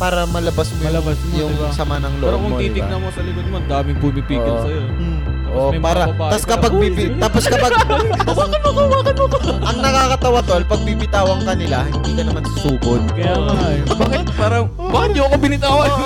para malabas mo, Malabas mo, yung diba? sama ng loob Pero kung mo, di ba? titignan mo sa likod mo, ang daming pumipigil Oo. sa'yo. Mm. Tapos Oh, may mga para. babae Tapos pa na, kapag "Uy, bibi, sige." tapos kapag hawakan mo ko, hawakan mo ko. Ang nakakatawa tol, pag bibitawan ka nila, hindi ka naman susubod. Kaya nga eh. Bakit? Parang, Bakit niyo ako binitawan?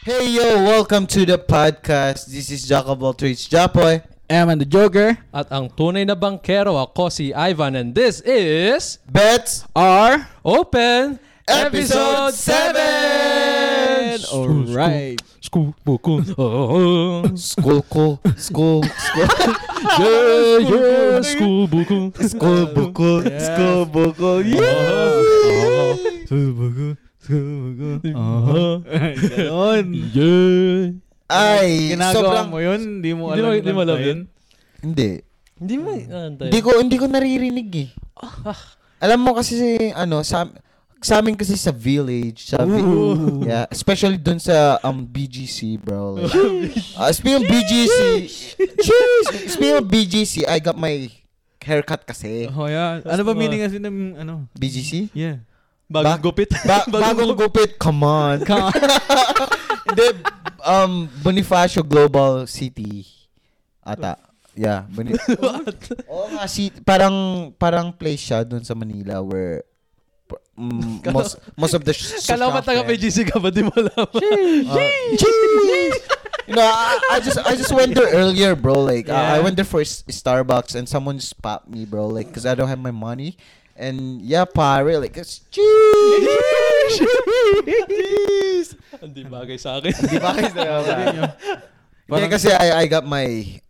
Hey yo, welcome to the podcast. This is Jack of all trades, Japoy. Am and the Joker at ang tunay na bankero, ako si Ivan and this is Bets are Open Episode 7! oh. Alright. School bukun. Oh, School ko, school, school, yeah, yeah, school bukun. school buko, school buko. Yeah. Uh-huh. Ganon. Yeah. Ay, Ah, Ginagawa sobrang mo yun, di mo Hindi mo- alam. hindi mo alam kantahin? hindi. Hindi uh, mo inaantay. Hindi ko hindi ko naririnig eh. Alam mo kasi si- ano sa sa amin kasi sa village, sa vi- yeah, especially dun sa um BGC, bro. Like, uh, speaking of BGC, Jeez! speaking of BGC, I got my haircut kasi. Oh, yeah. Ano ba meaning kasi ng ano? BGC? Yeah. Bagong gupit. Ba- bagong gupit, come on. Hindi, um, Bonifacio Global City. Ata. Yeah. Boni- Oo nga, si, parang, parang place siya dun sa Manila where mm, most, most of the sh- Uh, Kala ko ba taga PGC ka ba? Di mo alam. You know, I, I just I just went there earlier, bro. Like I- I Yeah. went there for s- Starbucks and someone just popped me, bro. Like because I don't have my money, and yeah, pare, like it's cheese. Hindi bagay sa akin. Di ba guys? Hindi Parang- kasi I, I got my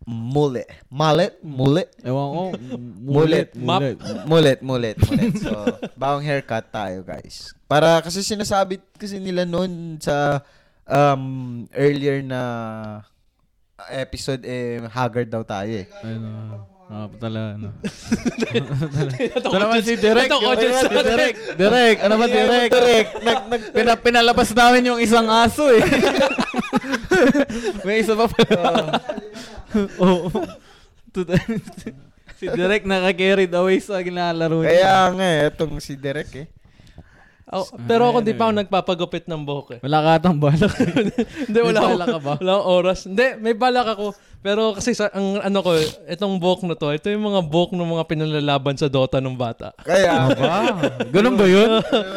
mullet. Mullet? Mullet? Ewan ko. Mulit. Map. Mulit. Mullet, mullet, mullet. So, bawang haircut tayo guys. Para kasi sinasabi kasi nila noon sa um, earlier na episode, eh, haggard daw tayo eh. Ano. Ah, pala, ano. Ito Ano naman si Direk? Ito audience si natin. Direk. Direk, ano ba Direk? Direk, nag, nag, Pina, pinalabas namin yung isang aso eh. May isa pa pala. Oo. si Direk naka-carried away sa ginalaro kaya nga eh, itong si Direk eh. Oh, pero ako di pa ako nagpapagupit ng buhok eh. Wala ka atang balak. Hindi, wala May ako. balak ka ba? Wala akong oras. Hindi, may balak ako. Pero kasi sa, ang ano ko, itong buhok na to, ito yung mga buhok ng mga pinalalaban sa Dota nung bata. Kaya, Wow. Ah, Ganun ba yun?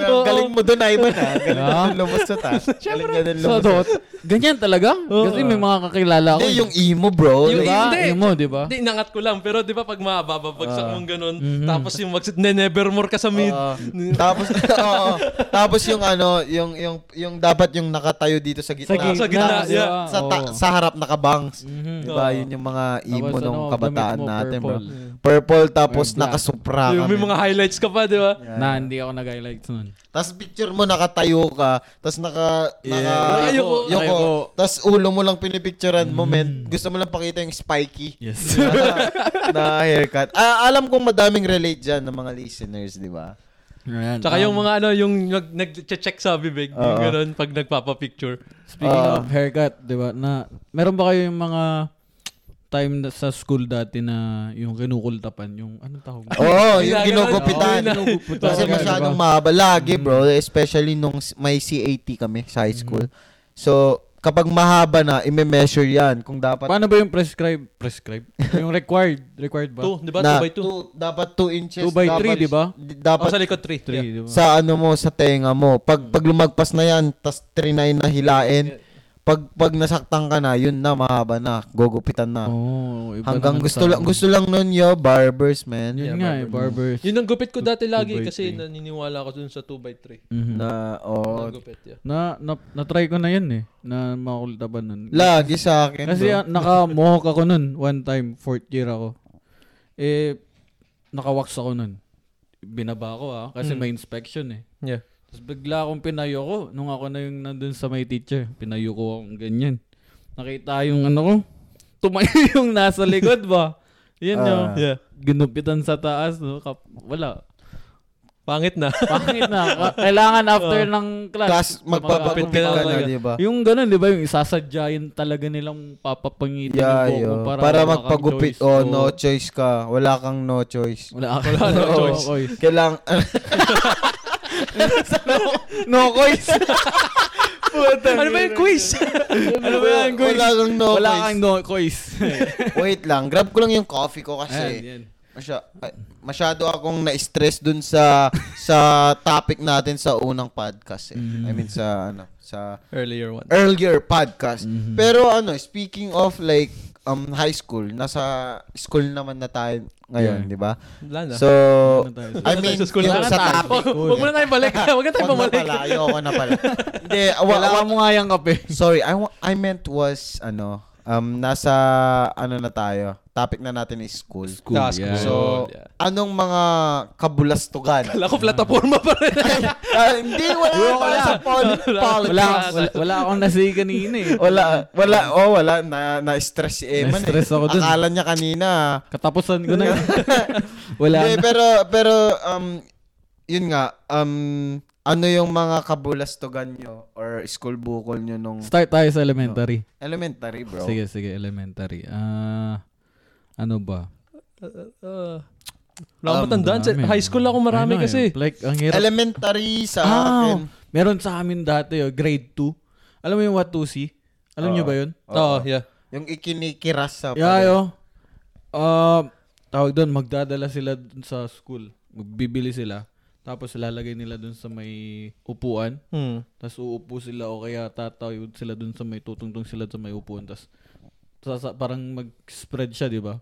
ang galing mo dun, Ivan ah. Galing mo Ah. dun lumusot ah. Galing ka dun So, lumusot. dot, ganyan talaga? Kasi may mga kakilala ko. Hindi, yung emo bro. Yung- diba? Hindi. Yung mo, Ah. diba? Hindi, nangat ko lang. Pero di ba pag mabababagsak mong ganun, Mhm. tapos yung magsit, nevermore ka sa mid. Ah. Oo. tapos oo. tapos yung ano, yung yung yung dapat yung nakatayo dito sa gitna. Sa gitna, Sa gitna, Tapos yeah. Sa ta- Oo. sa harap nakabangs. Mhm. Diba? Oo. Yun yung mga emo Tapos ano, nung damit kabataan mo, natin, bro. purple. Purple tapos Or black. nakasupra Yung kami. may mga highlights ka pa, di ba? Na, hindi ako nag-highlights nun. Tapos picture mo nakatayo ka, tapos naka naka Ayoko. yoko. Ayoko. Tapos ulo mo lang pinipicturean mo, men. Gusto mo lang pakita yung spiky Yes. na haircut. Ah, alam kong madaming relate dyan ng mga listeners, di ba? Ayan. Tsaka yung Um, mga ano, yung nag- nag-check sa bibig. Yung Ah. Oo. ganun, pag nagpapapicture. Speaking Ah. of haircut, 'di ba? Na meron ba kayo yung mga time na, sa school dati na yung kinukultapan, yung ano tawag? Oo, oh, Ay, yung ganun. ginugupitan. Oo, yun Ginugupitan. Kasi Talaga, masyadong diba? mahaba. Lagi, bro. Especially nung s- may CAT kami sa Mm. high school. So, kapag mahaba na, ime-measure yan. Kung dapat... Paano ba yung prescribe? Prescribe? yung required? Required ba? Two, di ba? na, Two by two. two- dapat 2 inches. Two by dapat- three, diba? di ba? di- Oh, Dapat sa likod, three. Three, Yeah. di ba? sa ano mo, sa tenga mo. Pag, pag lumagpas na yan, tas trinay na hilain. Pag, pag nasaktan ka na, yun na, mahaba na. Gugupitan na. Oo, Oh, iba Hanggang naman gusto sa- ano. lang, gusto lang nun yo, barbers, man. Yeah, Yun nga, eh, barbers. Yun ang gupit ko dati lagi by kasi three. naniniwala ako dun sa 2x3. Mhm. na, Na, oh, Gupit, yeah. na, na, try ko na yan eh, na makultapan nun. lagi sa akin. Kasi bro. ah, naka-mohawk ako nun one time, fourth year ako. Eh, naka-wax ako nun. Binaba ako ah, kasi Mm. may inspection eh. Yeah. Tapos bigla akong pinayo ko nung ako na yung nandun sa may teacher. Pinayo ko akong ganyan. Nakita yung ano ko, tumayo yung nasa likod ba? Yan Ah. yun. Yeah. Ginupitan sa taas, no? Kap- wala. Pangit na. Pangit na. Ka- Kailangan after ng class. Class, magpapapit magpapagpit ka ka na, diba? talaga. di ba? Yung ganun, di ba? Yung isasadyain talaga nilang papapangitin Yeah, yung buhok yun. mo Para, wala kang magpagupit. choice. Oh, Oo. no choice ka. Wala kang no choice. Wala ka. Wala no choice. Kailang... no choice. ano ba yung quiz? Ano ba yan, guys? Wala kang no Wala choice. kang no choice. Wait lang. Grab ko lang yung coffee ko kasi. Ayan, yan. Masya, ay, masyado akong na-stress dun sa sa topic natin sa unang podcast. Eh. I mean sa ano, sa Earlier one. earlier podcast. Pero ano, speaking of like um high school, nasa school naman na tayo ngayon, Yeah. di ba? Wala na. So Wala na tayo. I mean, Sa school yung na sa tayo. topic. Wag wag muna tayong balik. Wag na tayong Wag na bumalik. pala, ayoko na pala. Hindi, wa- wa- Wala mo nga yung kape. Sorry, I wa- I meant was ano, um nasa ano na tayo. Topic na natin is school. School, Task yeah. So, yeah. anong mga kabulastugan? Kala ko plataforma pa rin. Ah, hindi wala Wala. wala sa pol- politics. Wala, wala, wala akong nasihi kanina eh. Wala, wala, oh, wala, na, na-stress si Eman. eh. Na-stress ako dun. Akala niya kanina. Katapusan ko na. yun. wala Hindi, na. pero, pero, um, yun nga, um, ano yung mga kabulastugan nyo or school bukol nyo nung Start tayo sa elementary. elementary, bro? Sige, sige, elementary. Ah, ano ba? Wala Um, akong matandaan. Sa Marami. high school ako Oh, marami Ano eh, kasi. Like, ang hirap. Elementary kan? sa ah, akin. meron sa amin dati, oh, grade 2. Alam mo yung Watusi? Alam niyo ba yun? Oo, yeah. Yung ikinikiras sa Yeah, yo. Um, tawag doon, magdadala sila dun sa school. Magbibili sila. Tapos lalagay nila doon sa may upuan. Hmm. Tapos uupo sila o kaya tatawid sila doon sa may tutungtong sila sa may upuan. Tapos sasa- parang mag-spread siya, di ba?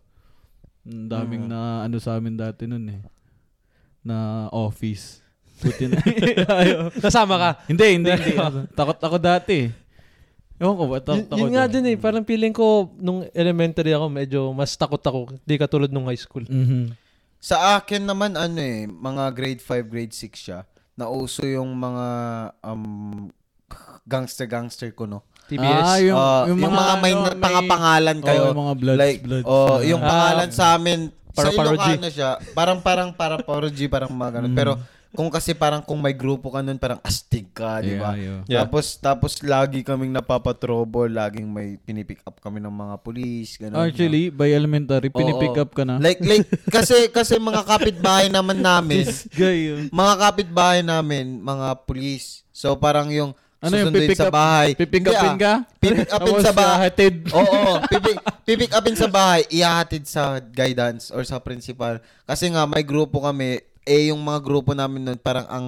Ang daming Mm. na ano sa amin dati noon eh. Na office. Puti na. Ayaw. Nasama ka. hindi, hindi, hindi. takot ako dati. eh. Ewan ko ba? Takot Yun- ako. yun nga dun. din eh. Parang feeling ko nung elementary ako medyo mas takot ako. Di katulad nung high school. Mhm. Sa akin naman ano eh, mga grade 5, grade 6 siya. Nauso yung mga um gangster-gangster ko no. Ah, TBS. yung, Ah, yung mga, may ano, na- mga pangalan Oo, kayo. yung mga bloods, like, bloods. oh, yung Ah, pangalan sa amin Para sa Ilocano parody. siya. Parang parang para parody, parang mga Mm. ganun. Pero kung kasi parang kung may grupo ka nun, parang astig ka, di ba? Yeah, yeah. Tapos tapos lagi kaming napapatrobo, laging may pinipick up kami ng mga pulis, ganun. Actually, by elementary, pinipick Oo. up ka na. Like like kasi kasi mga kapitbahay naman namin, Gayo. mga kapitbahay namin, mga pulis. So parang yung Ano yung susunduin pipick sa up- bahay. pipick Hindi, upin ah. ka? Pipick upin Tapos sa bahay. hahatid. Oo, pipick, pipick upin sa bahay, ihahatid sa guidance or sa principal. Kasi nga may grupo kami, eh yung mga grupo namin noon parang ang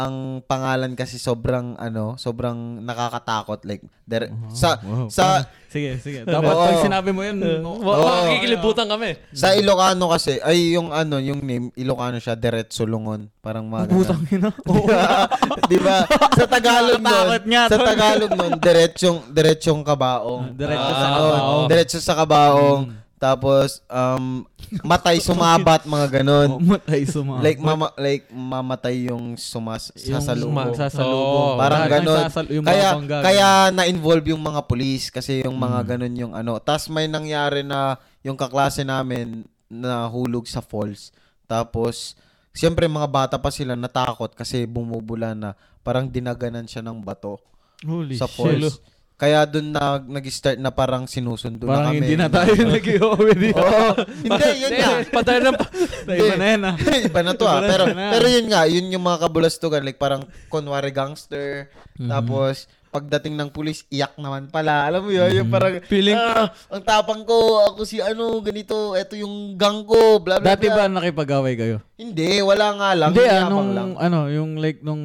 ang pangalan kasi sobrang ano, sobrang nakakatakot like there, sa wow. sa Sige, sige. Dapat Oo. pag sinabi mo yun, Wa- Oh. wa- Kikilibutan kami. Sa Ilocano kasi, ay yung ano, yung name, Ilocano siya, Diretso Lungon. Parang mga ganun. putang ina. Oo. Di ba? Sa Tagalog nun, Nakakatakot nga sa to. Tagalog nun, diretsyong, diretsyong kabaong. Diretso Ah, sa ano, kabaong. Hmm. Diretso sa kabaong. Tapos, um, matay sumabat, mga Oh, ganun. matay sumama. Like, mama, like, mamatay yung sumas, sasalubong. suma- Sasalubong. Oo. Parang Lahat ng ganun. sasal- yung mga kaya bangga, Mm. kaya na-involve yung mga police kasi yung mga ganun yung ano. Tapos may nangyari na yung kaklase namin nahulog sa falls. Tapos siyempre mga bata pa sila natakot kasi bumubula na parang dinaganan siya ng bato ganun. Holy sa shit. falls. Kaya dun na nag-start na parang sinusundo na Parang kami. hindi na tayo nag-i-over dito. Oo. hindi, yun nga. Patay na pa. Iba na yan ah. Iba na to ah. Iba na, Pero, iba na. pero yun nga, yun yung mga kabulastugan. Like parang kunwari gangster. Mm-hmm. Tapos pagdating ng pulis, iyak naman pala. Alam mo yun, yung Mm-hmm. parang, Feeling- "Ah, ang tapang ko, ako si ano, ganito, eto yung gang ko, bla bla Dati bla." ba nakipag-away kayo? Hindi, wala nga lang. Hindi, yabang anong, lang. ano, yung like nung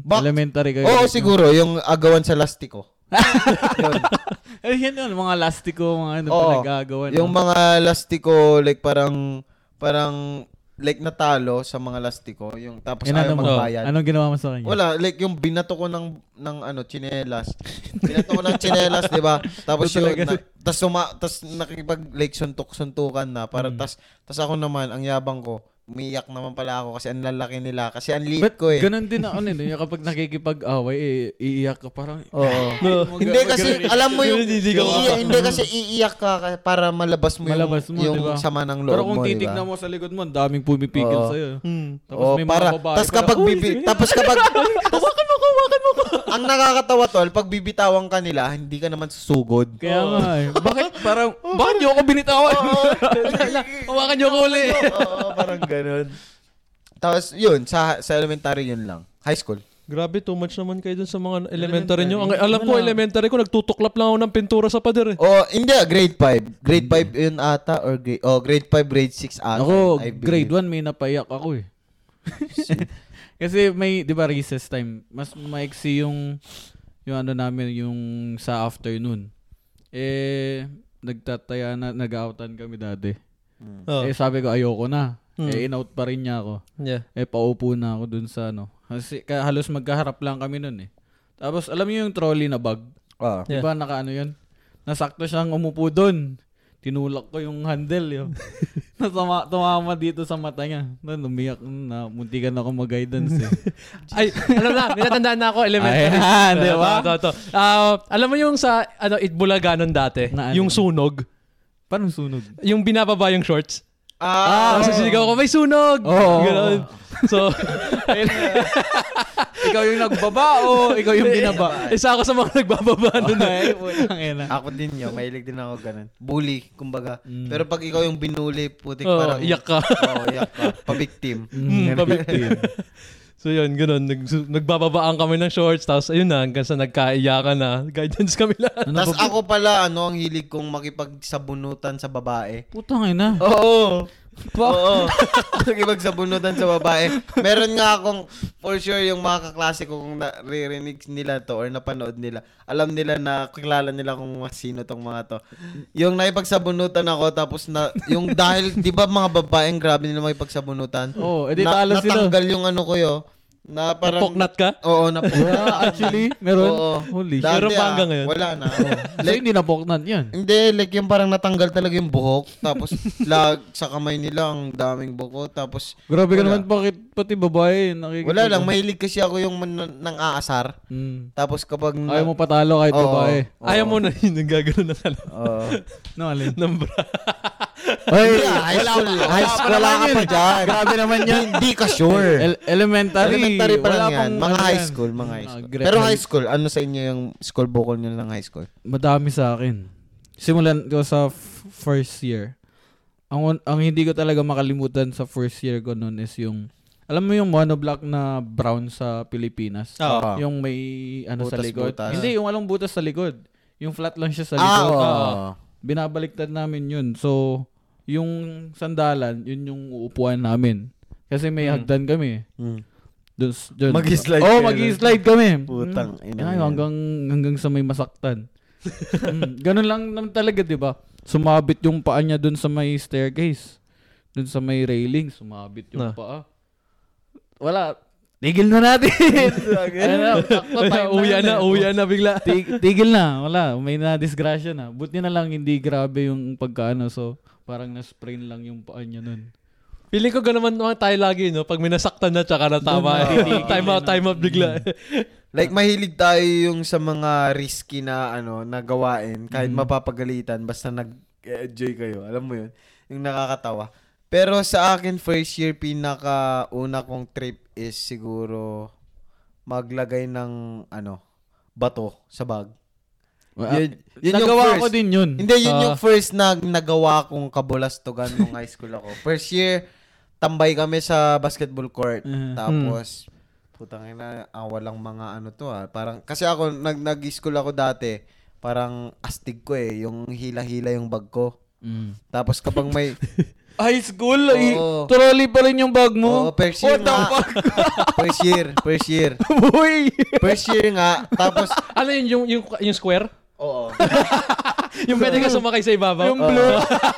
Bak- elementary kayo. Oo, like, siguro, yung agawan sa lastiko. Yun. Eh, yan yun, mga lastiko, mga ano Oo. pinagagawa. no? Yung mga lastiko, like parang, parang, like natalo sa mga lastiko. Yung, tapos Eh, ayaw ano mo? magbayad. Anong ginawa mo sa kanya? Wala, like yung binato ko ng ng ano, chinelas. Binato ko ng chinelas, 'di ba? Tapos yun, na, tas Mm. suma, tas nakikipag like suntok-suntukan na para tas tas ako naman ang yabang ko. umiyak naman pala ako kasi ang lalaki nila. Kasi ang liit But ko eh. ganun din ako nun eh. Kapag nakikipag-away, eh, iiyak ka parang... Oo. hindi kasi, alam mo yung, Hindi ka iiyak- hindi kasi iiyak ka ka- para malabas mo yung, Malabas mo, yung diba? sama ng loob Pero kung mo, diba? titignan mo sa likod mo, ang daming pumipigil Oo. Hmm. sa'yo. eh. Tapos Oo, may mga para, babae tapos pala, kapag "Uy, bibi, tapos kapag, hawakan mo ko, hawakan mo ko. ang nakakatawa tol, pag bibitawan ka nila, hindi ka naman susugod. Kaya nga eh. Bakit parang... Bakit niyo ako binitawan? Hawakan niyo ko uli. Oo, parang ganun. Tapos yun, sa, sa elementary yun lang. High school. Grabe, too much naman kayo dun sa mga elementary nyo. Ang, Elementary. alam ko, Wala. elementary ko, nagtutuklap lang ako ng pintura sa pader eh. O, oh, hindi, grade 5. Grade 5 yun ata, or grade, oh, grade 5, grade 6 ata. Ako, grade 1, may napaiyak ako eh. Kasi may, di ba, recess time. Mas maiksi yung, yung ano namin, yung sa afternoon. Eh, nagtataya na, nag-outan kami dati. Oh. Eh, sabi ko, ayoko na. Eh, in-out pa rin niya ako. Yeah. Eh, paupo na ako dun sa ano. Kasi ka- halos magkaharap lang kami nun eh. Tapos, alam niyo yung trolley na bag? Ah. Di ba, nakaano yun? Nasakto siyang umupo dun. Tinulak ko yung handle yun. Nasama, tumama dito sa mata niya. Nun, umiyak na, muntikan ako mag-guidance eh. Ay, alam na, minatandaan na ako elementary. Ayan, di ba? Ito, ito, ito. Ah, alam mo yung sa ano, Itbulaganon dati, Na ano? yung sunog, Parang sunog. yung binababa yung shorts. Ah, Ah, sasisigaw ako, may sunog! Oo. Ganun. So, ikaw yung nagbaba o ikaw yung binaba? isa ako sa mga nagbababa Ano nun. eh. Ay, walang ina. Ako din yun. Mahilig din ako ganun. Bully, kumbaga. Pero pag ikaw yung binuli, putik Oo, parang... Mm. Oh, iyak ka. Oo, iyak ka. Pabiktim. Mm, pabiktim. so yun, ganun. Nag, nagbababaan kami ng shorts. Tapos ayun na, hanggang sa nagkaiyakan na. Guidance kami lahat. Ano Tapos ba? ako pala, ano, ang hilig kong makipagsabunutan sa babae. Putang ina. Oh. Oo. Oo. Nakipagsabunutan sa babae. Meron nga akong, for sure, yung mga kaklase ko kung naririnig nila to or napanood nila. Alam nila na kilala nila kung sino tong mga to. Yung nakipagsabunutan ako tapos na, yung dahil, di ba mga babaeng grabe nila makipagsabunutan? Oo, edi talo sila. Natanggal yung ano ko yo. Na parang... Poknat ka? Oo, napoknat. actually, meron? Oo. Holy shit. Dati, Meron pa ah, hanggang ngayon? Wala na. oo. So, Oh. hindi napoknan yan. Hindi, like yung parang natanggal talaga yung buhok. Tapos lag sa kamay nila ang daming buko. Tapos Grabe ka Wala. naman, bakit pati babae nakikita. wala lang, mahilig kasi ako yung man, nang aasar. Mm. Tapos kapag... na- Ayaw mo patalo kahit Oo. babae. Oo. Ayaw mo na yun. Nagagano na ka Oo. No, alin? ng bra. Ay, high school. High school, wala ka pa dyan. Grabe naman yan. Hindi ka sure. El- elementary. Elementary pa lang Wala yan. pang Mga ano high yan. school, mga high school. Ah, gra- Pero high school, ano sa inyo yung school vocal nyo ng high school? Madami sa akin. Simulan ko sa f- first year. Ang, un- ang hindi ko talaga makalimutan sa first year ko noon is yung alam mo yung monoblock na brown sa Pilipinas? Oo. Yung may ano sa Ah. Butas, likod? butas. Hindi, yung walang butas sa likod. Yung flat lang siya sa Ah, likod. oo. Oo. Binabaliktad namin yun. So, yung sandalan, yun yung uupuan namin. Kasi may hagdan kami. Dun, s- dun. Mag-slide Oo, kayo mag-slide kami. Putang Mm. ina Ay, yan. hanggang, hanggang sa may masaktan. Mm, Ganun lang naman talaga, di ba? Sumabit yung paa niya dun sa may staircase. Dun sa may railing, sumabit Na. yung paa. Wala. Tigil na natin. Ano na, takbo, time na Uya yun na, eh. uya na bigla. Tig- tigil na, wala. May na-disgrasya na. Buti na lang hindi grabe yung pagkaano. So, parang na-sprain lang yung paa niya nun. Feeling ko ganaman naman tayo lagi, no? Pag may nasaktan na, tsaka na tama. Doon na. time out, time out Mm. bigla. Like mahilig tayo yung sa mga risky na ano na gawain kahit Mm-hmm. mapapagalitan basta nag-enjoy kayo. Alam mo yun, yung nakakatawa. Pero sa akin first year pinaka una kong trip is siguro maglagay ng ano bato sa bag. Yun- yun yung ah, Nagawa first. ko din yun. Hindi yun Ah. yung first na nagawa kong kabulastugan nung high school ako. First year tambay kami sa basketball court. Mhm. Tapos putang ina, ah, walang mga ano to ah. Parang kasi ako nag nag-school ako dati, parang astig ko eh, yung hila-hila yung bag ko. Mm. Tapos kapag may High school, i- oh. trolley pa rin yung bag Oo, mo. first year nga. first year, first year. Oh. Boy! First year nga. Tapos ano yun, yung, yung, yung square? oo. Yung pwede ka sumakay sa ibabaw? Ah. yung blue.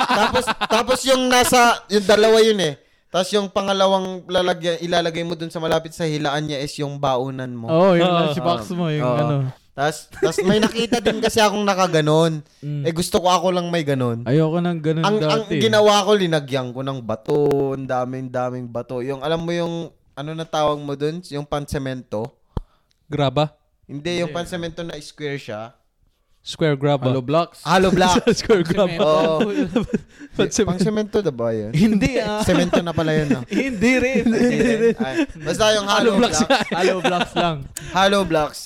tapos tapos yung nasa yung dalawa yun eh. Tapos yung pangalawang lalagyan ilalagay mo dun sa malapit sa hilaan niya is yung baunan mo. Oo, oh, yung Oo. lunchbox mo, yung Oo. ano. Tapos, tas may nakita din kasi akong nakaganon. Mm. Eh gusto ko ako lang may ganon. Ayoko nang ganun Ang, ang dati. ginawa ko, linagyan ko ng bato. Ang daming daming bato. Yung alam mo yung, ano na tawag mo dun? Yung pansemento. Graba? Hindi, yung pansemento na square siya. Square graba. Hollow blocks. Hollow block. Square graba. Oo. Pansemento. Pansemento na ba yun? Hindi ah. Semento na pala yun, no? Hindi rin. Ay, Basta yung hollow, blocks block. Hollow blocks lang. Hollow blocks,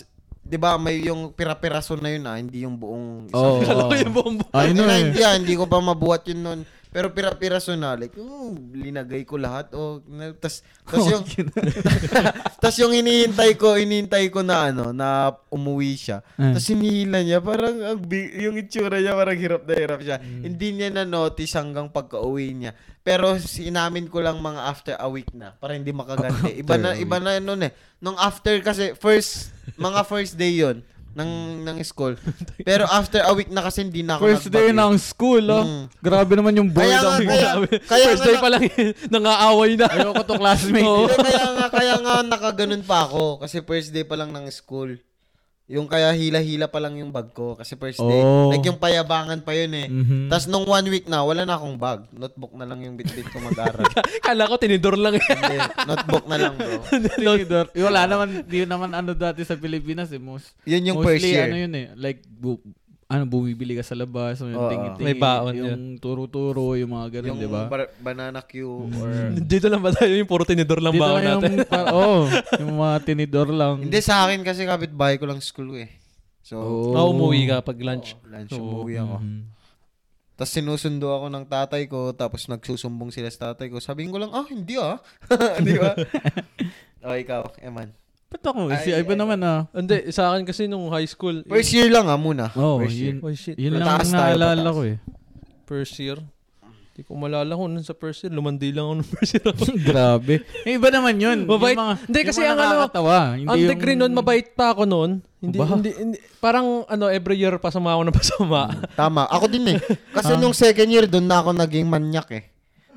'di ba, may yung pira-piraso na yun ah, hindi yung buong isang- Oo. Kala ko yung buong buhay. Ay, Ay, no na, eh. hindi, ah, hindi ko pa mabuhat yun noon. Pero pira-piraso na, like, mm, linagay ko lahat. O, na, tas, tas yung, tas yung hinihintay ko, hinihintay ko na ano, na umuwi siya. Eh. Tas hinihila niya, parang, ang bi- yung itsura niya, parang hirap na hirap siya. Hmm. Hindi niya na-notice hanggang pagka-uwi niya. Pero sinamin ko lang mga after a week na, para hindi makaganti. Iba na, a iba na nun eh. Nung after kasi, first, mga first day yon ng ng school. Pero after a week na kasi hindi na ako First day nagbagyo. ng school, ah. Mm. Grabe naman yung Kaya nga, boredom ko. kaya, kaya First nga, day pa lang, nangaaway na. Ayoko to classmate. Oo. Hindi, kaya nga, kaya nga nakaganon pa ako kasi first day pa lang ng school. Yung kaya hila-hila pa lang yung bag ko kasi first day. Oh. Like yung payabangan pa yun eh. Mhm. Tapos nung one week na, wala na akong bag. Notebook na lang yung bitbit ko mag-aral. Kala ko tinidor lang. eh. Hindi, notebook na lang bro. Tinidor. Wala naman, di naman ano dati sa Pilipinas eh. Most, Yun yung first mostly year. ano yun eh. Like, bu- ano, bumibili ka sa labas, yung Oo. tingi-tingi, May baon yung turo-turo, yung mga ganun, yung di ba? bar- banana queue or... Dito lang ba tayo yung puro tinidor lang Hmm. Dito ba yung, natin? par- oh, yung mga tinidor lang. Hindi sa akin kasi kapit-bahay ko lang school ko eh. So, Oo. Oh, umuwi ka pag lunch. lunch umuwi ako. Mm-hmm. Tapos sinusundo ako ng tatay ko, tapos nagsusumbong sila sa tatay ko. Sabihin ko lang, ah, hindi ah. Di ba? o, Oh, ikaw, Eman. Ba't ako? Ay, si Iba ay, naman ah. Hindi, sa akin kasi nung high school, eh, First year lang ah, muna. Oh, First year. yun, Oh, shit. yun lang Pataas ang tayo, naalala pataas. ko eh. first year, hindi ko malala kung nun sa first year. Lumandi lang ako nung first year ako. Grabe. Eh, iba naman yun. Mabait. Hindi, kasi ang ano, nakakatawa. Ang degree nun, mabait pa ako nun. Hindi, Aba. hindi, hindi, parang ano, every year pasama ako na pasama. Tama. Ako din eh. Kasi Ah. nung second year, doon na ako naging manyak eh.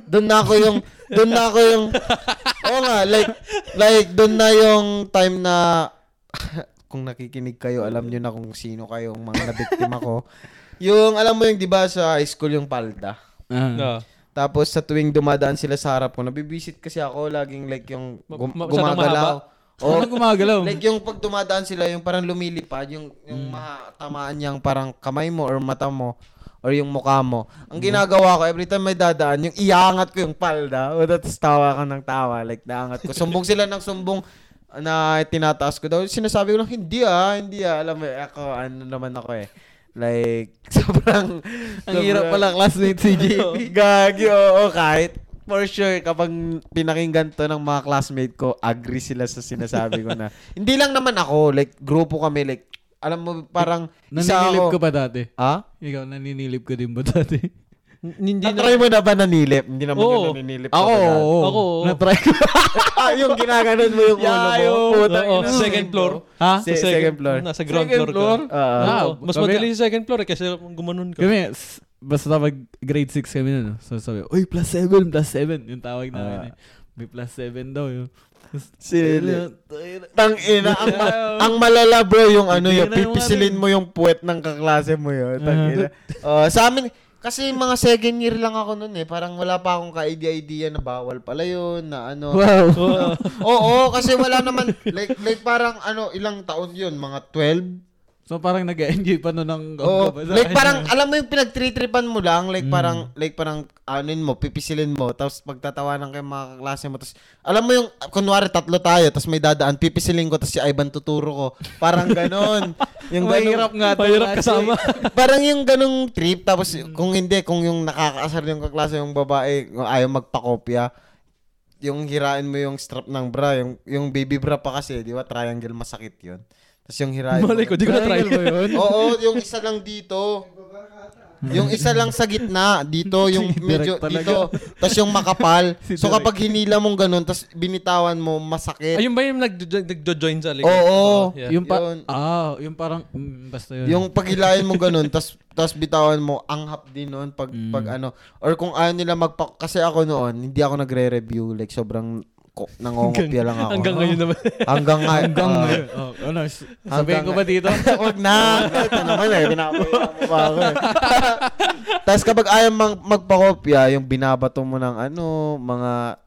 Doon na ako yung, doon na ako yung, oo nga, like, like, doon na yung time na, kung nakikinig kayo, alam nyo na kung sino kayong mga nabiktima ko. Yung, alam mo yung, di ba, sa high school yung palda. Ah. Na, Tapos sa tuwing dumadaan sila sa harap ko, nabibisit kasi ako laging like yung Ma- gum- ma- masyadong gumagalaw. Oh. Oh, Ano gumagalaw? Mm. like yung pag dumadaan sila, yung parang lumilipad, yung, yung maha- tamaan niyang parang kamay mo or mata mo or yung mukha mo. Ang Mm. ginagawa ko, every time may dadaan, yung iangat ko yung palda, o tapos tawa ka ng tawa, like naangat ko. Sumbong sila ng sumbong na tinataas ko daw. Sinasabi ko lang, hindi ah, hindi ah. Alam mo, ako, ano naman ako eh. Like, sobrang... ang hirap sobrang- pala classmate si JP. Ano? Gagi, oo, kahit for sure kapag pinakinggan to ng mga classmate ko, agree sila sa sinasabi ko na. Hindi lang naman ako, like grupo kami like alam mo parang isa Naninilip ako. ka ba dati? Ha? Ikaw, naninilip ka din ba dati? hindi na, Na-try mo na ba nanilip? Hindi naman Oo. yung naninilip. Ako, talaga. oo. Ako, oo. Na-try ko. Ah, yung ginaganon mo yung ulo Yeah, mo. yun. Putang Oo, ina. second floor. ha? Se- second, floor. Nasa ground Second floor, floor? ka. Ah. Ah, Oo. mas Kami- madali sa second floor eh, kasi gumanon ka. Kami, s- basta pag grade 6 kami nun, so sabi, uy, plus 7, plus 7, yung tawag namin eh. May plus 7 daw yun. Silip. Tang ina. Ang, ma- ang malala bro yung ano Hindi yun. na yung Pipisilin ano. Uh-huh. mo yung puwet ng kaklase mo yun. Tang ina. Oh, sa amin, kasi mga second year lang ako nun eh. Parang wala pa akong ka-idea-idea na bawal pala yun, na ano. Wow. Oo, kasi wala naman. Like, like parang ano, ilang taon yun? Mga 12? So parang nag-enjoy pa nun ng Oo. kabataan. Like parang, eh. alam mo yung pinagtritripan mo lang, Hmm. like parang, like parang, anin mo, pipisilin mo, tapos pagtatawanan kayo mga kaklase mo, tapos, alam mo yung, kunwari, tatlo tayo, tapos may dadaan, pipisilin ko, tapos si Ivan tuturo ko. Parang ganon. yung ganong- Mahirap nga to. Mahirap kasi. kasama. parang yung ganong trip, tapos Hmm. kung hindi, kung yung nakakaasar yung kaklase yung babae, kung ayaw magpakopya, yung hirain mo yung strap ng bra, yung, yung baby bra pa kasi, di ba, triangle masakit yun. Tapos yung hirain Malay ko, di ko na-try. Triangle ba yun? Oo, yung isa lang dito. Yung isa lang sa gitna, dito, yung Direct medyo talaga. dito. Tapos yung makapal. Si so Direct. kapag hinila mong ganun, tapos binitawan mo, masakit. Ayun ba yung nagjo- nagjo-join sa likod? Oh, Oo. Yeah. Yung, pa- Yun. ah, yung parang, mm, basta yun. Yung paghilayan mo ganun, tas tas bitawan mo, anghap din noon Mm. pag pag ano. Or kung ayaw nila magpa kasi ako noon, hindi ako nagre-review like sobrang ko- nangongopya lang ako. Hanggang ngayon naman. Hanggang nga. Ah. Hanggang Ay, oh, ano, s- Hanggang- sabihin ko ba dito? Huwag na. Ito naman eh. Binabato mo pa ako eh. Tapos kapag ayaw mang magpakopya, yung binabato mo ng ano, mga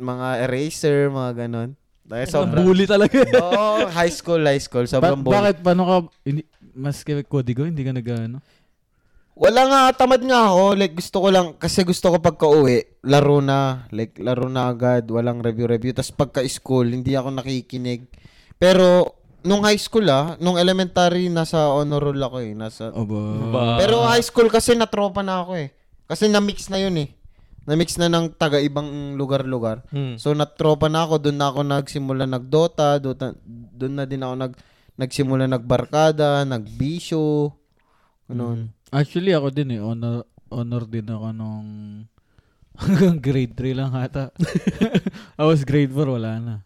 mga eraser, mga ganon. Dahil sobrang... Bully talaga. Oo, high school, high school. Sobrang Ba- bully. bakit, paano ka, hindi, mas kay Kodigo, hindi ka nag, ano? Wala nga, tamad nga ako. Like, gusto ko lang, kasi gusto ko pagka uwi, laro na. Like, laro na agad. Walang review-review. Tapos pagka-school, hindi ako nakikinig. Pero, nung high school ah, nung elementary, nasa honor roll ako eh. Nasa, Oba. Pero Ah. high school kasi natropa na ako eh. Kasi na-mix na yun eh. Na-mix na ng taga ibang lugar-lugar. Hmm. So natropa na ako, doon na ako nagsimula nagdota, Dota, doon na din ako nag nagsimula nagbarkada, nagbisyo. Ganun. Actually, ako din eh. Honor, honor din ako nung hanggang grade 3 lang ata. I was grade 4, wala na.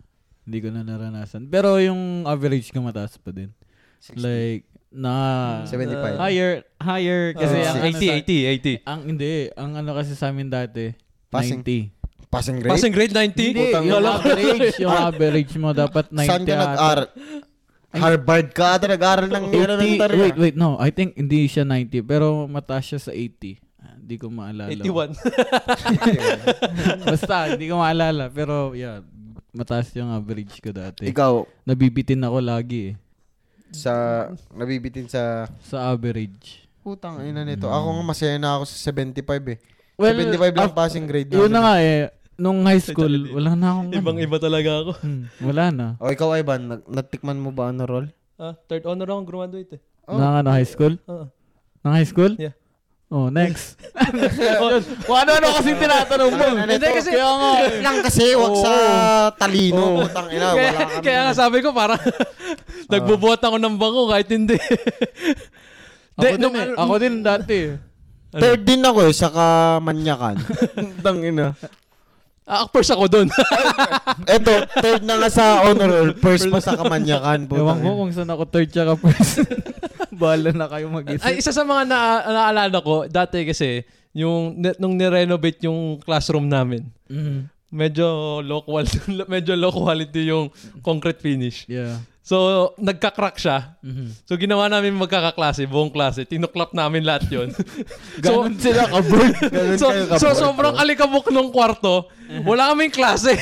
Hindi ko na naranasan. Pero yung average ko mataas pa din. Like, na 75. higher, higher. Kasi Oh, ang, 80, ano, sa, 80, 80. ang hindi, ang ano kasi sa amin dati, Passing. 90. Passing grade? Passing grade 90? Hindi, Putang yung ina. average, yung average mo dapat 90 Saan ka ata. nag-aral? Harvard ka ata nag-aral ng meron ng 80, tari. wait, wait, no. I think hindi siya 90, pero mataas siya sa 80. Ah, Hindi ko maalala. 81. Basta, hindi ko maalala. Pero, yeah, mataas yung average ko dati. Ikaw, Nabibitin ako lagi eh, sa, nabibitin sa, sa average. putang ina nito. Ako nga masaya na ako sa 75 eh. Well, 75 lang af- passing grade Yun namin. na nga eh, nung high school, wala na akong... Ibang-iba talaga ako. Hmm, wala na. O ikaw, Ivan, nag- natikman mo ba ano roll? Ah, third honor akong graduate eh. Oh. Na ano, high school? Oo. Na high school? Yeah. Oh, next. Kung ano, ano-ano kasi tinatanong mo. Hindi kasi, Kaya nga. eh. lang kasi, wag sa talino. Putang ina, kaya, wala kami. kaya nga sabi ko, parang nagbubuhat ako ng bangko kahit hindi. Ako De, din nung- eh. Ako din dati eh. Third din ako, eh, saka manyakan. Putang ina. Ah, first ako doon. Eto, third na nga sa honor roll. First pa sa kamanyakan. Ewan Putang ko ina. kung saan ako third tsaka first. Bahala na kayo Ay, mag-isip. isa sa mga naa- naaalala ko, dati kasi, yung, ni- nung nirenovate yung classroom namin, Mm. medyo low quality, medyo low quality yung concrete finish. Yeah. So, nagka-crack siya. Mhm. So, ginawa namin magkakaklase, buong klase. Tinuklap namin lahat yon. Ganon sila ka-bird. Ganun so, kayo so, kapatid. sobrang alikabok nung kwarto. Wala kaming klase.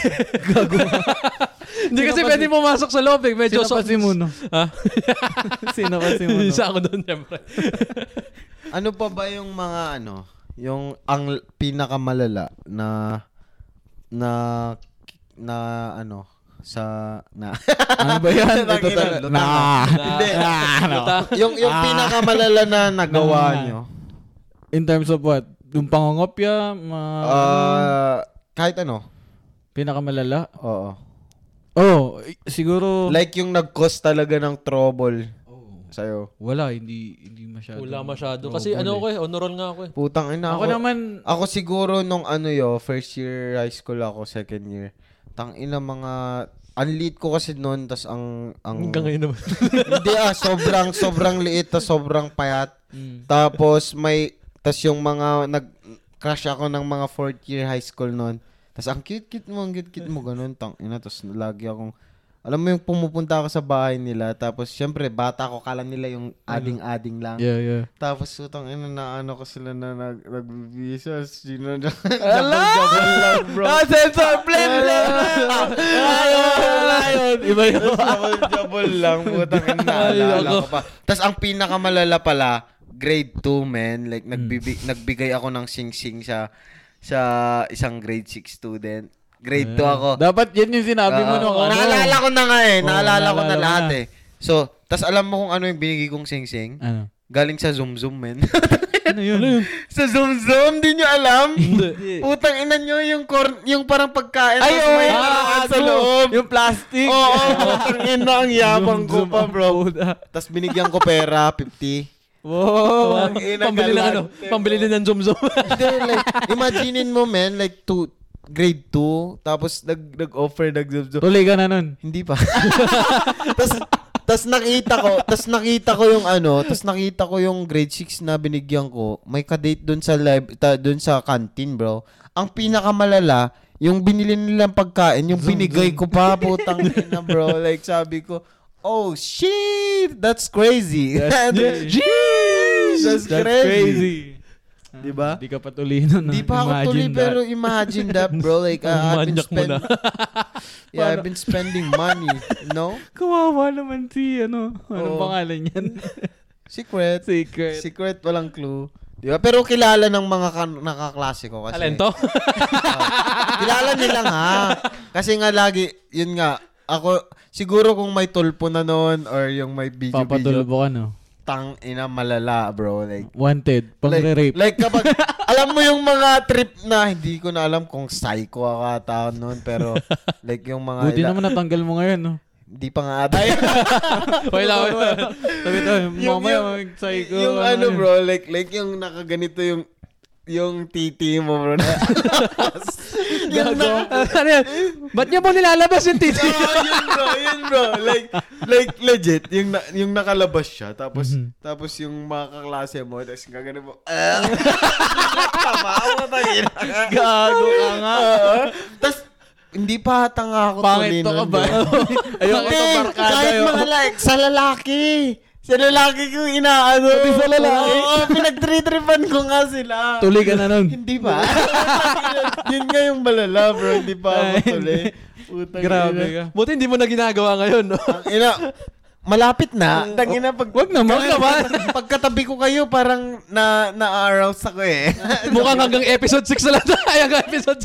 Hindi kasi Sino pa pwede si- pumasok sa loob eh. Medyo Sino pa si Muno? Ha? Sino pa si Muno? Isa ako doon, syempre. Ano pa ba yung mga ano, yung ang pinakamalala na na na ano sa na ano ba Lutang yan? Ito ina, talaga. lutang Na. Hindi. ano? yung yung pinakamalala na nagawa Nangangay. nyo. In terms of what? Yung pangongopya, ma... Ah, kahit ano. pinakamalala. Oo. Oh, eh, siguro... Like yung nag-cause talaga ng trouble sa'yo. Wala, hindi hindi masyado. Wala masyado. Kasi ano ko eh, honorol nga ako eh. Putang ina ako. Ako Ako, naman, siguro nung ano yo, first year high school ako, second year. Tang ina mga ang liit ko kasi noon tas ang ang Hanggang ngayon naman. hindi ah sobrang sobrang liit tas sobrang payat. Tapos may tas yung mga nag crush ako ng mga fourth year high school noon. Tas ang cute-cute mo, ang cute-cute mo ganun tang ina tas lagi akong alam mo yung pumupunta ako sa bahay nila tapos syempre bata ko kala nila yung ading-ading lang. yeah, yeah. Tapos utang ina na ano ko sila na nag nagbibisas. Sino na double lang bro. Ah, sensor, blame, Iba yun. double double lang putang ina naalala ko pa. Tapos ang pinakamalala pala grade 2 men Hmm. like nagbibi- nagbigay ako ng sing-sing sa sa isang grade 6 student. Grade 2 ako. Ah, Dapat yun yung sinabi Eh, mo Oo. nung ano. Naalala ko na nga eh. Oo, naalala ko na naalala mo lahat na. eh. So, tas alam mo kung ano yung binigay kong sing-sing? Ano? Galing sa Zoom Zoom, men. Ano yun? Ano yun? sa Zoom Zoom, di nyo alam? Putang ina nyo yung, corn, yung parang pagkain. tas Ay, oo. Ah, ano, may laruan sa loob. Yung plastic. Oo, oh, putang ina, ang yabang ko pa, bro. Tapos binigyan ko pera, 50. Wow. Ang ina, pambili ng ano, galante. pambili din ng Zoom Zoom. Hindi, like, imaginein mo, men, like, two, grade 2, tapos nag, nag-offer, nag-zoom zoom. Tuloy ka na nun. Hindi pa. tas tas nakita ko, tas nakita ko yung ano, tas nakita ko yung grade 6 na binigyan ko. May kadate doon sa live, ta, doon sa canteen, bro. Ang pinakamalala, Yung binili nilang pagkain, yung binigay ko pa, putang ina bro. Like sabi ko, oh shit, that's crazy. That's- Jeez, that's, crazy. Di ba? Di ka patuloy na Hindi pa ako tuloy, pero imagine that bro. Like, uh, I've been Manyak mo na. spending, yeah, I've been spending money. No? Kawawa naman si ano. Oo. Anong pangalan yan? Secret. Secret. Secret, walang clue. Di ba? Pero kilala ng mga kan- nakaklase ko. Kasi, oh, Alento? kilala nila nga. Kasi nga lagi, yun nga, ako, siguro kung may tulpo na noon or yung may video-video, Papatulbo ka no? tang ina malala, bro. Like, ano? Wanted. like, Pang-rape. like kapag, alam mo yung mga trip na, hindi ko na alam kung psycho ako ata noon, pero like yung mga, Buti ila- naman natanggal mo ngayon no? hindi pa nga ata. Wait lang, wait lang. Sabi to, Yung- mamaya yung- mag-psycho. yung ano bro, like, like yung nakaganito yung, yung titi mo bro. yung na, Ano yan? Ba't niya ba nilalabas yung titi? Oo, Ah, yun bro, yun bro. Like, like legit, yung, na, yung nakalabas siya, tapos, Mhm. tapos yung mga kaklase mo, tapos gagano mo, ah! Tama, ako tangina ka. Gago ka nga. Oo. Tapos, hindi pa tanga ako tuloy Pangit to ka nun, ba? bro. Ayoko Hindi, sa barkada kahit yun. mga like, sa lalaki. Sa lalaki ko inaano. Pati sa lalaki? Oo, pinagtritripan ko nga sila. Tuloy ka na nun. Hindi ba? yun nga yung malala, bro. Hindi pa ako Ay, hindi. tuloy. Putang Grabe ina. ka. Buti hindi mo na ginagawa ngayon, no? Ang ina, malapit na. Tang ina, pag... Wag naman. Wag naman. Pagkatabi ko kayo, parang na, na-arouse ako eh. Mukhang hanggang episode 6 na lang tayo. Hanggang episode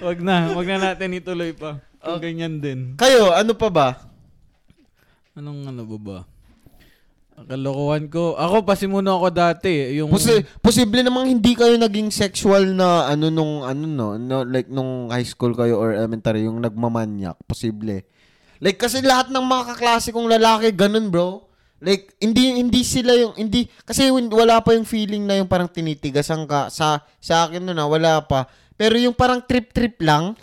7. Wag na. Wag na natin ituloy pa. Kung ganyan din. kayo, ano pa ba? Anong ano ba ba? Ang Kalokohan ko. Ako, pasimuno ako dati. Yung... Posi- posible namang hindi kayo naging sexual na ano nung ano no, no like nung high school kayo or elementary yung nagmamanyak, posible. Like kasi lahat ng mga kaklase kong lalaki ganun, bro. Like hindi hindi sila yung hindi kasi win- wala pa yung feeling na yung parang tinitigasan ka sa sa akin no na wala pa. Pero yung parang trip-trip lang.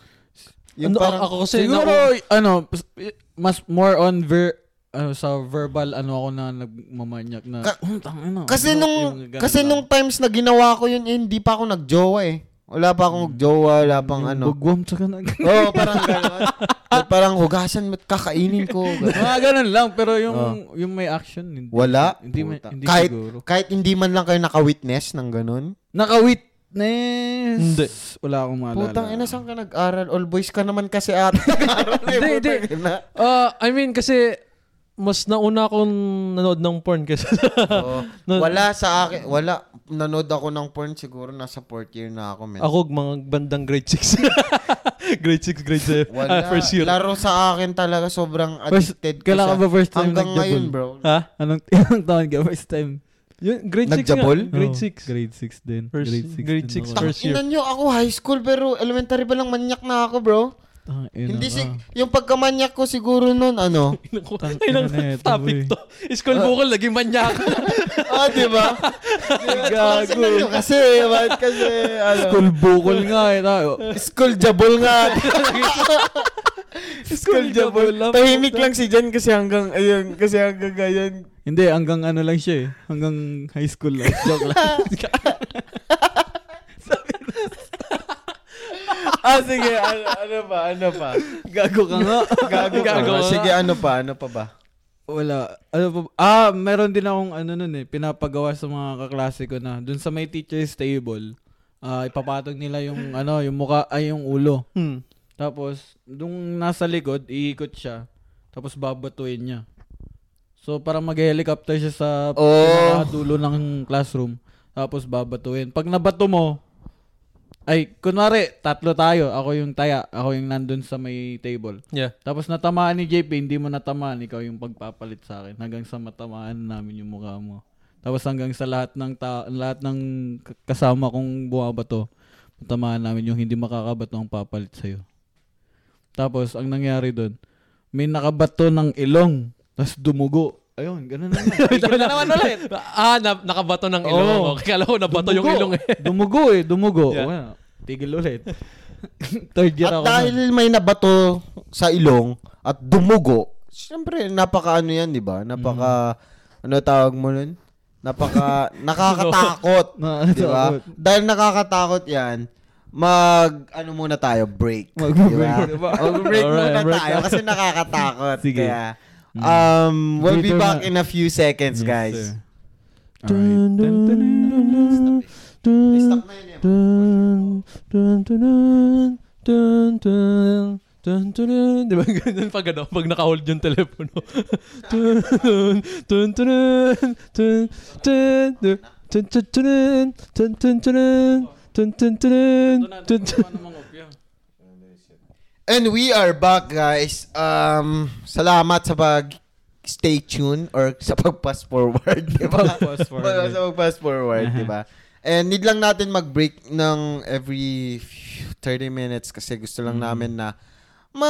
Yung Ano, parang ako kasi siguro, naku- ano, pas- mas more on ver, ano, sa verbal, ano ako na nagmamanyak na. Ka- "Hmm, tangin na." Kasi Ano, nung yung ganun kasi lang. nung times na ginawa ko yun, eh, hindi pa ako nagjowa eh. Wala pa akong jowa, wala pang ano. Bugwam tsaka nag... Oo, oh, parang gano'n. Like, parang hugasan mo't kakainin ko. Ganun. Mga ganun lang, pero yung yung may action, Ah. hindi, Wala. hindi, may, Puta. hindi kahit, siguro. kahit hindi man lang kayo naka-witness ng ganun. Naka-witness. Hindi. Wala akong maalala. Putang ina, saan ka nag-aral? All boys ka naman kasi eh, ate. Hindi, hindi. Ah, I mean, kasi mas nauna akong nanood ng porn kasi No. Wala sa akin. Wala. Nanood ako ng porn siguro nasa fourth year na ako, men. ako mga bandang grade 6. grade 6, grade 7. Wala. Ah, first year. Laro sa akin talaga sobrang First- addicted ko kailan siya. ka ba first time Hanggang nag-jabol? ngayon, bro. Ha? Anong, anong taon ka? First time. Yun, grade 6 nga. Nagjabol? Grade Oh, 6. Grade 6 din. First- grade 6 grade six Tang, first- year. ina nyo, ako high school pero elementary pa lang manyak na ako, bro. Hindi si ah. yung pagkamanyak ko siguro noon ano. Ay, lang Tangina na ito, boy. topic to. School bukol, naging manyak. Ah, di ba? Gago. Kasi, bakit kasi, ano, School bukol nga eh. Tayo. school jabol nga. school jabol. Tahimik lang si Jan kasi hanggang, ayun, kasi hanggang ngayon. Hindi, hanggang ano lang siya eh. Hanggang high school lang. Joke lang. Ah, sige, ano, ano pa, ano pa? Gago ka nga. Gago ka. Gago ba? ka. Sige, ano pa, ano pa ba? Wala. Ano pa? ba- Ah, meron din akong ano nun eh. Pinapagawa sa mga kaklase ko na. Dun sa may teacher's table. ah ipapatong nila yung ano, yung muka, ay yung ulo. Hmm. Tapos, nung nasa likod, iikot siya. Tapos babatuin niya. So, parang mag-helicopter siya sa Oh. dulo ng classroom. Tapos babatuin. Pag nabato mo, ay, kunwari, tatlo tayo. Ako yung taya. Ako yung nandun sa may table. Yeah. Tapos natamaan ni JP, hindi mo natamaan. Ikaw yung pagpapalit sa akin. Hanggang sa matamaan namin yung mukha mo. Tapos hanggang sa lahat ng ta- lahat ng k- kasama kong bumabato, matamaan namin yung hindi makakabato ang papalit sa'yo. Tapos, ang nangyari doon, may nakabato ng ilong, tapos dumugo. Ayun, ganun na. nga. Ikaw na naman ulit. Ah, na, nakabato ng ilong. Oo. Okay, Kala ko nabato yung ilong eh. dumugo eh, dumugo. Yeah. Wala. Tigil ulit. Third year At ako. nun. dahil may nabato sa ilong at dumugo, syempre, napaka ano yan, di ba? Napaka, Mm. ano tawag mo nun? Ano? Napaka, nakakatakot. Na- Di ba? takot. Dahil nakakatakot yan, mag ano muna tayo break. Mag-break, diba? Mag-break muna Alright, break tayo kasi nakakatakot. Sige. Kaya, um, we'll be Later back na. in a few seconds, guys. Alright. Dun, dun, dun, dun, dun. May stock na yun, eh. Di ba ganun pag ano, pag naka-hold yung telepono. Dun, dun, dun, dun, dun, dun, dun, dun, dun, dun, dun, dun, dun, dun, dun, dun, dun, dun. And we are back, guys. Um, salamat sa pag stay tuned or sa pag-pass forward, di ba? Fast Well, so fast forward, di ba? And need lang natin mag-break ng every few- 30 minutes kasi gusto lang namin na ma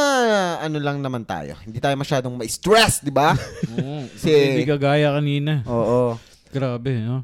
ano lang naman tayo. Hindi tayo masyadong ma-stress, di ba? Si... Hindi kagaya kanina. Oo. Grabe, no?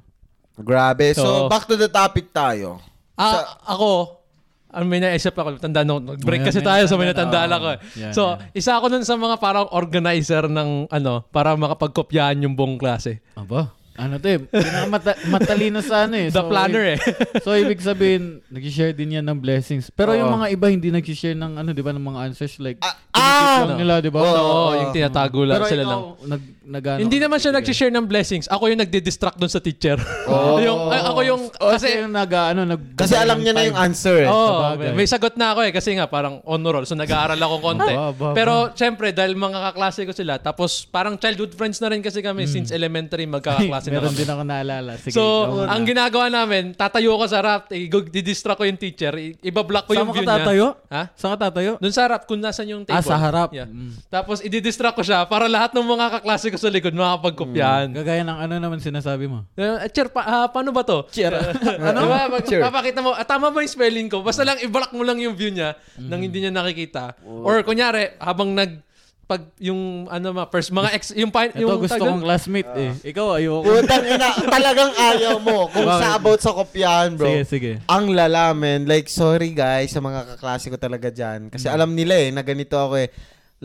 Grabe. So, Oo. back to the topic tayo. Ah, ako, ano, may naisip ako, tandaan ako, nag-break May- kasi may tayo, so may natandaan natandaan ako. ako. eh. Yan, so, yan. isa ako nun sa mga parang organizer ng, ano, para makapagkopyahan yung buong klase. Aba, ano to eh, pinakamata- matalino sa ano eh. The planner eh. so, ibig sabihin, nag-share din yan ng blessings. Pero yung Oo. mga iba, hindi nag-share ng ano, di ba, ng mga answers. Like, Ah, kinikip ah! lang nila, di ba? Oo, Oo, oo. yung tinatago lang Pero sila ikaw, lang. Nag, nag, ano, Hindi naman siya nagbibigay. nag-share ng blessings. Ako yung nagdi-distract dun sa teacher. Oh. Oo. yung, ay, ako yung, Oo, kasi, siya yung nag, ano, nag, Kasi alam niya na yung answer. eh. Oo, bagay. may sagot na ako eh. Kasi nga, parang on roll. So, nag-aaral ako konti. Aba, aba, aba. Pero, syempre, dahil mga kaklase ko sila, tapos parang childhood friends na rin kasi kami since elementary magkakaklase na Hmm. Meron kami. din ako naalala. Sige, so, ikaw na. ang ginagawa namin, tatayo ako sa raft, i-distract ko yung teacher, i- ibablock ko Saan yung ka view niya. tatayo? Ha? Saan ka tatayo? Doon sa harap, kung nasan yung table. Ah, sa harap. Yeah. Mm. Tapos, i-distract ko siya para lahat ng mga kaklase ko sa likod makapagkopyahan. Gagaya ng ano naman sinasabi mo. Eh, chair, pa, ah, paano ba to? Chair. ano? Diba, pag, Chair. Papakita mo, ah, tama ba yung spelling ko? Basta lang, i-block mo lang yung view niya Mm-hmm. nang hindi niya nakikita. Or kunyari, habang nag pag yung ano ma first mga ex yung pa, Ito yung tag- gusto kong classmate eh. Ah. Ikaw ayoko. Putang ina, talagang ayaw mo kung Bakit? sa about sa kopyahan, bro. Sige, sige. ang lalamen. Like, sorry guys sa mga kaklase ko talaga dyan. Kasi Mm. alam nila eh, na ganito ako eh.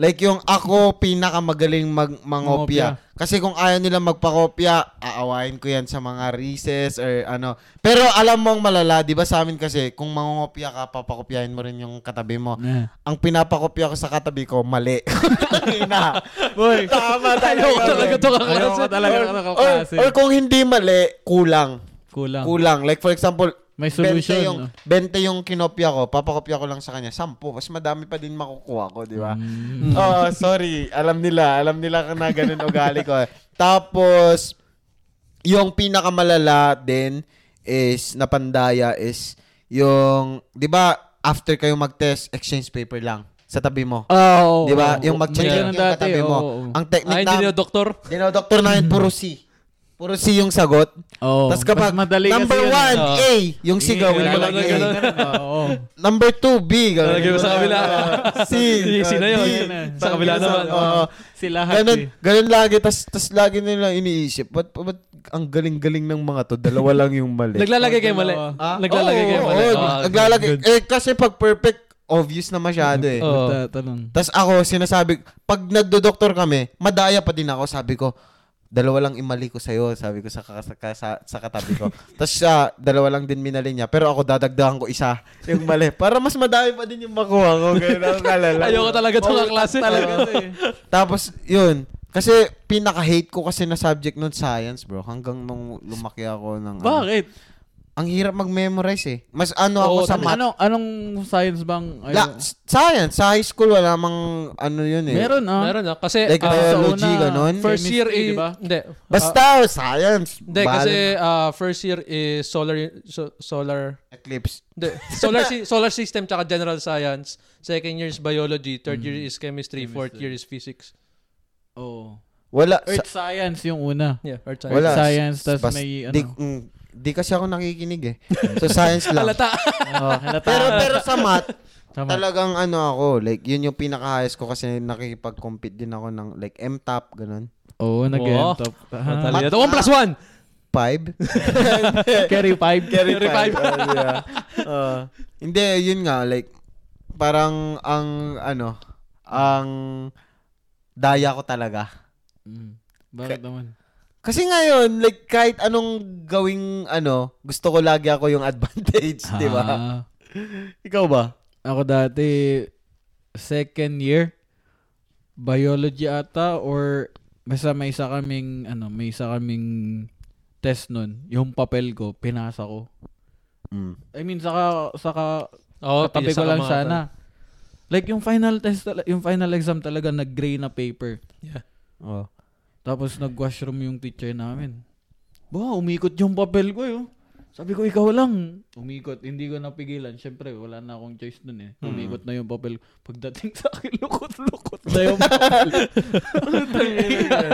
Like yung ako pinakamagaling mag mangopya. Kasi kung ayaw nila magpakopya, aawain ko yan sa mga recess or ano. Pero alam mo ang malala, di ba sa amin kasi, kung mangopya ka, papakopyahin mo rin yung katabi mo. Yeah. Ang pinapakopya ko sa katabi ko, mali. Ina. Tama talaga. Ayoko talaga to kaklase. Ayaw ko talaga Or, ng or, kaklase. or kung hindi mali, kulang. Kulang. Kulang. Like for example, May 20 solution, yung, no? 20 yung kinopya ko, papakopya ko lang sa kanya. 10, mas madami pa din makukuha ko, di ba? Mm. Oh, sorry. Alam nila. Alam nila ka na ganun ugali ko. Tapos, yung pinakamalala din is, napandaya is, yung, di ba, after kayo mag-test, exchange paper lang sa tabi mo. Oh, di ba? yung mag-check May yung ganun dati, katabi mo. oo, oo. Ang technique Ah, na, hindi na doktor. dinodoktor namin, puro C. Puro C yung sagot. Oo. Tapos kapag Oh, Mas madali kasi number yun. eh. one, Oo. A, yung sigawin ganun, mo lang ganun, A. ganun. ano, Oo. Number two, B. ganun. Lalagay mo sa kabila. C. Si- si na yun. D. Sa kabila naman. Oo. Si lahat Ganun, eh. ganun lagi. Tapos tas lagi nila iniisip, ba't, ba't ang galing-galing ng mga to? Dalawa lang yung mali. Naglalagay kayo mali. Ah? Naglalagay Oo, kayo oo, mali. oo. Ah, naglalagay. Eh, kasi pag perfect, obvious na masyado eh. Oo. Ta- Tanong. Tapos ako, sinasabi, pag nagdo-doktor kami, madaya pa din ako. Sabi ko, dalawa lang imali ko sa'yo. Sabi ko sa, kaka- sa, sa- sa katabi ko. Tapos siya, dalawa lang din minali niya. Pero ako, dadagdagan ko isa yung mali. Para mas madami pa din yung makuha ko. Ganun ang kalala. Ah, Ayoko talaga itong Mauutak kaklase. talaga to eh. Tapos, yun. Kasi pinaka-hate ko kasi na subject nun science, bro. Hanggang nung lumaki ako ng... ano. Bakit? ang hirap mag-memorize eh. Mas ano ako Oo, sa tanong. math. Anong, anong science bang? ayaw? La, s- science, sa high school, wala mang ano yun eh. Meron ah. Meron ah. Kasi Like uh, ah, sa biology, una, ganun. first year, chemistry, i- di ba? hindi. Ah, Basta, science. Hindi, Bahala kasi na. ah, first year is solar, so- solar Eclipse. Hindi. Solar, si- solar system tsaka general science. Second year is biology. Third Hmm. year is chemistry. Fourth year is physics. Oo. Wala. Earth science yung una. Yeah, earth Wala. science. Earth science, tas Bas- may Di, ano. mm, di kasi ako nakikinig eh. So, science lang. Halata. Ah. Oo, halata. pero pero sa math, Tama. talagang ano ako, like, yun yung pinaka-highest ko kasi nakikipag-compete din ako ng like M-top, ganun. Oo, Oo. nag-end up. Ah, Halata. One plus one. Five. Carry five. Carry five. Oh, di ba? Oo. hindi, yun nga, like, parang ang, ano, ang daya ko talaga. Mm. Bakit naman? Kasi ngayon, like, kahit anong gawing, ano, gusto ko lagi ako yung advantage, di ba? Ah. Ikaw ba? Ako dati, second year, biology ata or basta may isa kaming, ano, may isa kaming test nun. Yung papel ko, pinasa ko. Mm. I mean, saka, saka, Oo, katabi pinasa ko Oh, ka lang mga sana. Like, yung final test, tala- yung final exam talaga, nag-gray na paper. Oo. Oh. Tapos, nag-washroom yung teacher namin. Ba, umikot yung papel ko, yun. Sabi ko, ikaw lang. Umikot. Hindi ko napigilan. Siyempre, wala na akong choice nun eh. Umikot na yung papel. Pagdating sa akin, lukot-lukot na yung papel.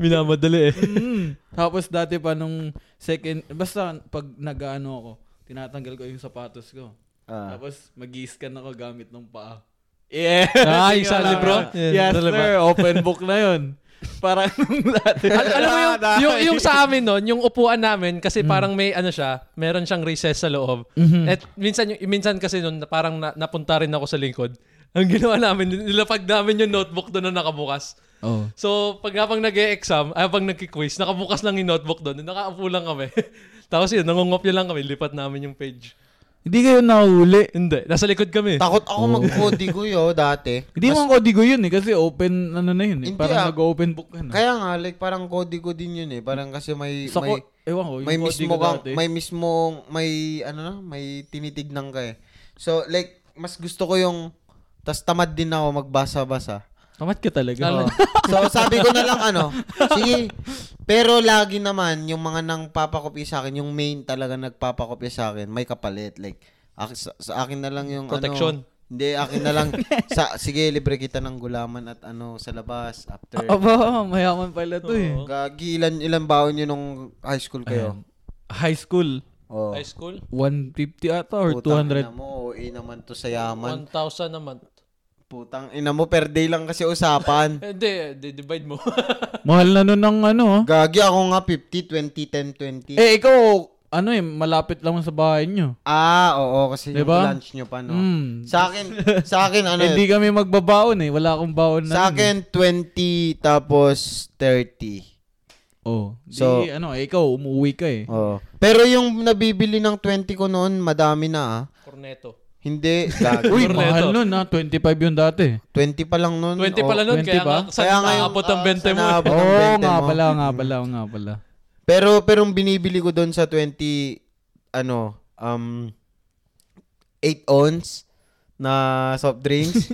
Minamadali eh. Mm. Tapos dati pa nung second, basta pag nag-ano ako, tinatanggal ko yung sapatos ko. Ah. Tapos mag-scan ako gamit ng paa. Yeah. Ah, yung Yun sa lang. libro? Yun, Yes, sa libro. sir. Open book na yun. Parang nung dati. Al- alam mo yung, yung, yung sa amin nun, yung upuan namin, Hmm. kasi parang may ano siya, meron siyang recess sa loob. Mm-hmm. At minsan, yung, minsan kasi nun, na- parang na- napunta rin ako sa lingkod. Ang ginawa namin, nilapag namin yung notebook doon na nakabukas. Oh. So, pag habang nag-e-exam, ay, habang nagki-quiz, nakabukas lang yung notebook doon, nakaupo lang kami. Tapos yun, nangungopya lang kami, lipat namin yung page. Hindi kayo nahuli. Hindi, nasa likod kami. Takot ako mag-OD ko yo dati. Oh. Hindi mo ang kodigo yun eh. Kasi open, ano na yun eh. Hindi Parang ah. nag-open book ka na. Kaya nga, like, parang kodi ko din yun eh. Parang kasi may... sa may, ko, ewan ko, yung may mismo kodigo kang, dati. may mismo, may, ano na, may tinitignan ka eh. So, like, mas gusto ko yung, tas tamad din ako magbasa-basa. Tamat ka talaga. Lalo- Oo. So, sabi ko na lang, ano, sige, pero lagi naman, yung mga nang papakopya sa akin, yung main talaga nagpapakopya sa akin, may kapalit. Like, ak- sa, sa akin na lang yung, Protection. ano, hindi, akin na lang, sa, sige, libre kita ng gulaman at ano, sa labas, after. Aba, mayaman pala to eh. Gagi, ilan, ilan baon yun nung high school kayo? High school, Oh. High school? 150 ata or Putang 200. Ina mo, OA naman to sa yaman. 1,000 a month. Putang ina mo, per day lang kasi usapan. Eh, Hindi, di- divide mo. Mahal na nun ng ano ah. Gagi ako nga 50, 20, 10, 20. Eh, ikaw, ano eh, malapit lang sa bahay nyo. Ah, oo, kasi Diba? yung lunch nyo pa, no? Mm. Sa akin, sa akin, ano, Hindi Eh, kami magbabaon eh. Wala akong baon na. sa nun akin, eh. 20 tapos 30. Oh. So- So, di, ano, eh, ikaw, umuwi ka eh. Oo. Pero yung nabibili ng 20 ko noon, madami na, ah. Corneto. Hindi, gagi. Uy, Corneto. mahal nun ah. 25 yun dati. 20 pa lang noon. oh. 20 pala nun, 20 kaya ba? nga, sa oh, kaya nga yung, ang 20 mo. eh. Oo, ah, ang oh, 20 nga mo. pala, nga pala, nga pala. Pero pero yung binibili ko doon sa 20 ano um 8 ounce na soft drinks.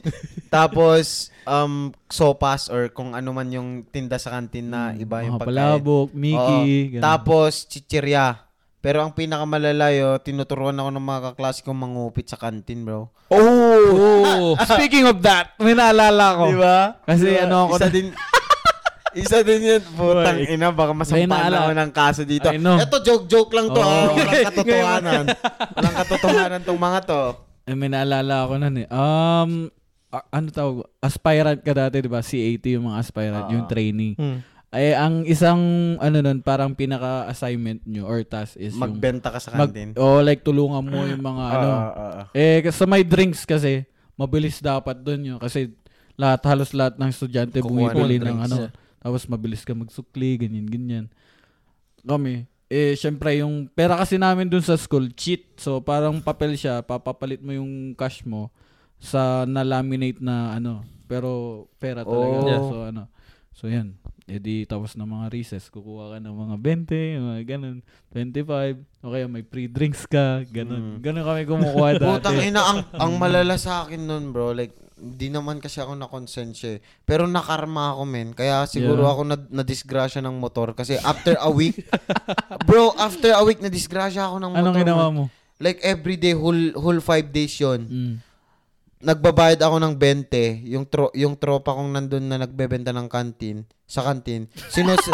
Tapos um sopas or kung ano man yung tinda sa kantin na iba Ah, yung Hmm, Mga pagkain. palabok, Mickey, Oo. ganun. Tapos chichirya. Pero ang pinakamalalayo, tinuturuan ako ng mga kaklase kong mangupit sa kantin, bro. Oh! Speaking of that, may naalala ko. ba? Kasi ano ako Isa na- din, isa din yun. Putang Boy. ina, baka May masampahan naala- ako ng kaso dito. I know. Ito, joke-joke lang to. Oo. ah. Walang katotohanan. Walang katotohanan tong mga to. Eh, may naalala ako nun eh. Um, a- ano tawag? Aspirant ka dati, di ba? CAT yung mga Ah. aspirant, yung trainee. Hmm. Ay, ang isang, ano nun, parang pinaka-assignment nyo or task is yung... Magbenta ka sa mag- kantin. oh, like tulungan mo yung mga ano. Ah, ah, ah. Eh, kasi sa may drinks kasi, mabilis dapat dun yun. Kasi lahat, halos lahat ng estudyante Kukuha ng bumibili ng drinks, ano. Tapos mabilis ka magsukli, ganyan, ganyan. Kami, eh, syempre yung pera kasi namin dun sa school, cheat. So, parang papel siya, papapalit mo yung cash mo sa na-laminate na ano. Pero, pera talaga. Oh. So, ano. So, yan. E di, tapos ng mga recess, kukuha ka ng mga 20, mga ganun, 25, o kaya may free drinks ka, ganun. Ganun kami kumukuha Mm. Putang dati. ina, ang, ang malala sa akin nun, bro. Like, hindi naman kasi ako na-consensya eh. Pero nakarma ako, men. Kaya siguro Yeah. ako na, na-disgrasya ng motor. Kasi after a week, bro, after a week, na-disgrasya ako ng motor. Anong ginawa man. mo? Like, everyday, whole, whole five days yun. Mm. nagbabayad ako ng 20, yung tro- yung tropa kong nandun na nagbebenta ng kantin, sa kantin. Sinus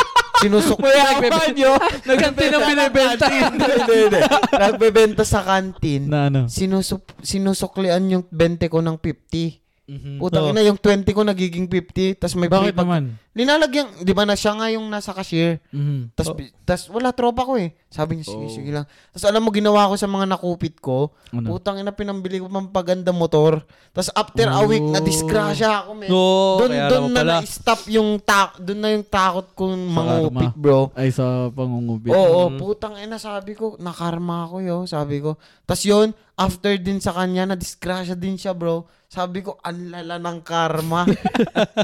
sinusok Nagbe- Nagkanti na binibenta. Hindi, hindi. Nagbebenta sa kantin. Na ano? Sinusup sinusuklian yung 20 ko ng 50. Putang ina, yung 20 ko nagiging 50, tas may Mhm. Oh. Bakit free pag- naman? Linalagyan, 'di ba na siya nga yung nasa cashier. Mm. Tas, bi- tas wala tropa ko eh. Sabi niya, Oh. sige, sige lang. Tas alam mo, ginawa ko sa mga nakupit ko. Ano? Putang ina, pinambili ko pang paganda motor. Tas after a week, Oh. na-disgrasya ako, men. No, Doon kaya doon naman na pala. na-stop yung ta- doon na yung takot kong mangupit, karma. bro. Ay, sa pangungubit. Oo, putang ina, sabi ko, nakarma ako yo, sabi ko. Tapos yun, after din sa kanya, na-disgrasya din siya, bro. Sabi ko, ang lala ng karma.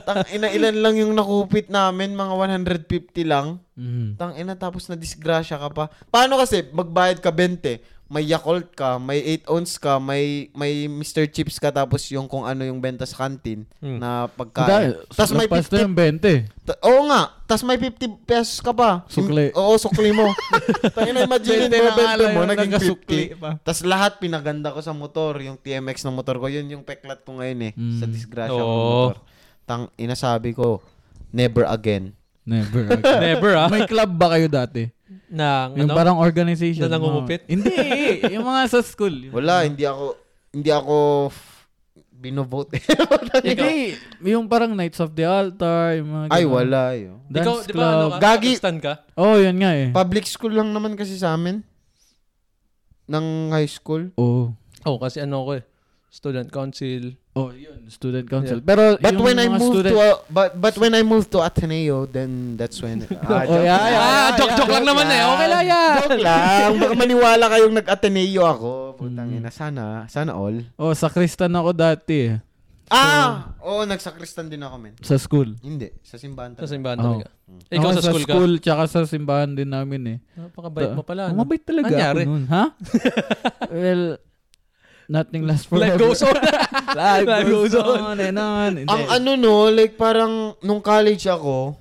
Tang ina, ilan lang yung nakupit namin, mga 150 lang. Mm. Tang ina, tapos na-disgrasya ka pa. Paano kasi, magbayad ka 20, may Yakult ka, may 8 ounce ka, may may Mr. Chips ka, tapos yung kung ano yung benta sa canteen Hmm. na pagkain. Tapos may Lagpas 50 na yung 20. Ta- oo nga. Tapos may 50 pesos ka pa. Sukli. Mm, Oo, sukli mo. Tangin na, imagine mo, benta mo, naging 50. pa. Tapos lahat pinaganda ko sa motor, yung TMX ng motor ko, yun yung peklat ko ngayon eh, Mm. sa disgrasya Oo. ng motor. Tang, inasabi ko, never again. Never. Never ah. may club ba kayo dati? Nang ano? Yung parang organization. Na nangungupit? mga- Hindi. eh, yung mga sa school. Yung- Wala, hindi ako, hindi ako f- binovote. Hindi. eh. Yung parang Knights of the Altar. Yung mga Ay, ganun. wala yun. Dance Ikaw, di ba ano club. ka? Gagi. Kazakhstan ka? Oh, yun nga eh. Public school lang naman kasi sa amin. Ng high school. oh. Oo, oh, kasi ano ko eh. Student council. Oh, yun. Student council. Pero But yung when I mga moved student... to a, but but when I moved to Ateneo, then that's when Ah, Oh, joke lang. yeah, yeah, yeah, joke-joke lang naman eh. Okay lang yan. Joke lang. Baka maniwala kayong nag-Ateneo ako. Putang ina, sana. Sana all. Oh, sa Kristan ako dati eh, Ah! Oo, nagsakristan din ako, men. Sa school. Hindi, sa simbahan Sa talaga. simbahan Oo. talaga. Ikaw Ako sa school, Ah, school tsaka sa simbahan din namin eh. ka? Napakabait mo pala. Oh, no? mabait talaga Nangyari? ako nun. Ha? well, nothing lasts forever. Life goes on. Life Life goes goes on. on and on. Hindi. Ang ano no, like parang nung college ako,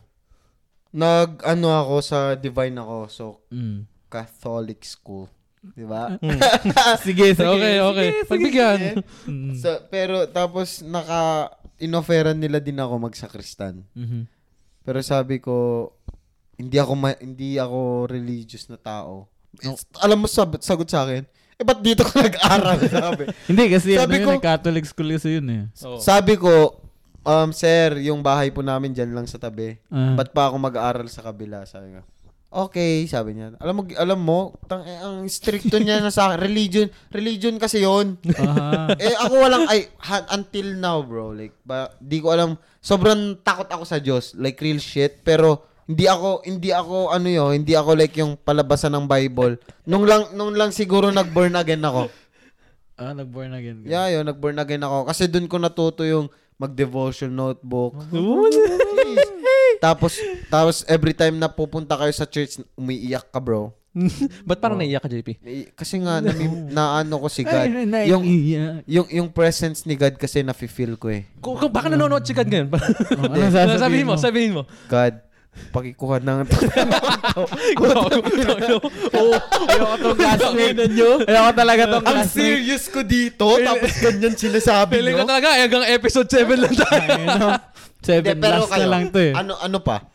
nag ano ako sa divine ako, so Mm. Catholic school. Di ba? Sige, sige. okay, okay. Pagbigyan. so, pero tapos naka inoferan nila din ako magsakristan. Mhm. Pero sabi ko, hindi ako ma- hindi ako religious na tao. Alam mo sab- sagot sa akin, eh ba't dito ka nag-aral? sabi. Hindi, kasi Sabi ano ko- yun, eh, Catholic school kasi yun eh. Oo. sabi ko, um, sir, yung bahay po namin dyan lang sa tabi. Ah. Ba't pa ako mag-aaral sa kabila? Sabi ko. Okay, sabi niya. Alam mo, alam mo, tang, eh, ang stricto niya na sa akin. Religion, religion kasi yon Aha. eh ako walang ay ha- until now bro like ba, di ko alam sobrang takot ako sa Diyos like real shit pero hindi ako hindi ako ano yo hindi ako like yung palabasan ng Bible nung lang nung lang siguro nag born again ako ah, nag-born again ka. yeah yun nag born again ako kasi dun ko natuto yung mag devotion notebook tapos tapos every time na pupunta kayo sa church umiiyak ka bro Ba't parang naiyak ka, JP? Eh, kasi nga na, na ano ko si God Ay, nai- yung iyak. yung yung presence ni God kasi nafi-feel ko eh Kung, kung baka nanonood si God ngayon. Oh, ano sasabihin, sabihin mo? mo, sabihin mo. God, pakikuha ng... Oo. Ayoko tong classmate. Ayoko talaga tong Ang class. serious ko dito, tapos ganyan sinasabi, Feeling ko no? talaga, eh, hanggang episode 7 lang tayo. Seven last na lang to eh. ano, ano pa?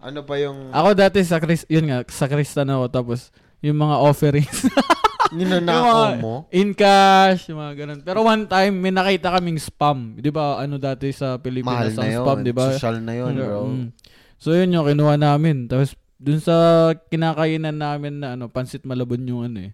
Ano pa yung... Ako dati sa Chris, yun nga, sa Kristan ako tapos yung mga offerings. Yung Ninanakaw mga mo? In cash, yung mga ganun. Pero one time, may nakita kaming spam. Di ba, ano dati Mahal sa Pilipinas, na ang yun. spam, di ba? Social na yun, bro. Mm. So yun yung kinuha namin. Tapos dun sa kinakainan namin na ano, pansit malabon yung ano eh.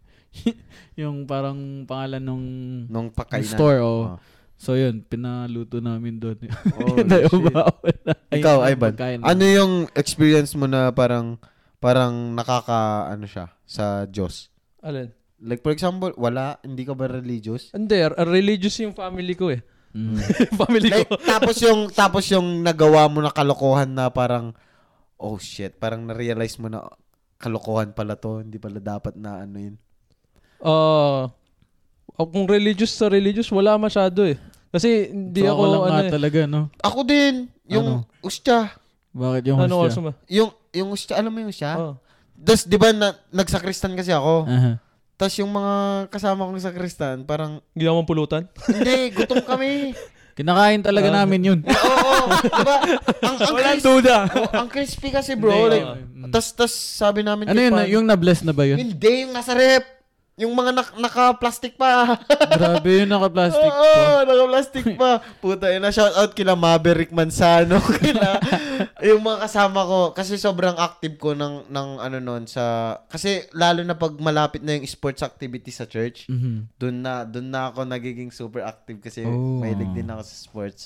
yung parang pangalan nung Nung pakainan. store. Oh. Oh. So yun, pinaluto namin doon. Oh, Yun na yung shit. bawal na- Ikaw, yung Ivan. pagkain. Ano yung experience mo na parang parang nakaka ano siya sa Diyos? Alin? Like for example, wala, hindi ka ba religious? Hindi, r- religious yung family ko eh. Mm. family Like, ko. tapos yung tapos yung nagawa mo na kalokohan na parang oh shit, parang na-realize mo na oh, kalokohan pala to, hindi pala dapat na ano yun. Ah, oh, kung religious sa religious, wala masyado eh. Kasi Di hindi ako, so, ako lang ano nga eh. talaga, no? Ako din, yung ustya, Bakit yung Ano also host niya? ma? yung yung ustya, alam mo yung ustya? Oh. Ah. Tapos, di ba, na, nagsakristan kasi ako. Aha. Tapos yung mga kasama kong sakristan, parang, Ginawa mong pulutan? hindi, gutom kami. Kinakain talaga Ah. namin yun. Oo, oo, di ba? Ang, ang, Walang crisp- duda. oo, ang crispy kasi bro. Hindi, like, oo. Mm. tas, tas sabi namin, ano kay yun? Pan, Yung na-bless na ba yun? Hindi, yung nasa rep. Yung mga nak- naka-plastic pa. Grabe yun, naka-plastic Oo, pa. naka-plastic pa. Puta, yun na shoutout kila Maverick Manzano. kila, yung mga kasama ko. Kasi sobrang active ko ng, ng ano nun sa... Kasi lalo na pag malapit na yung sports activity sa church, Mhm. dun na, dun na ako nagiging super active kasi Oh. mahilig din ako sa sports.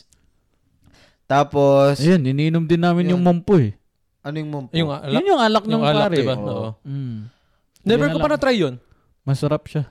Tapos, Ayun, iniinom din namin Yun. yung mampo eh. ano yung mumpo? Yung alak. Yun yung ah, alak ng Yung alak, pare. diba? Oo. Oo. Mm. Never Yun ko pa lang. na-try yun. Masarap siya.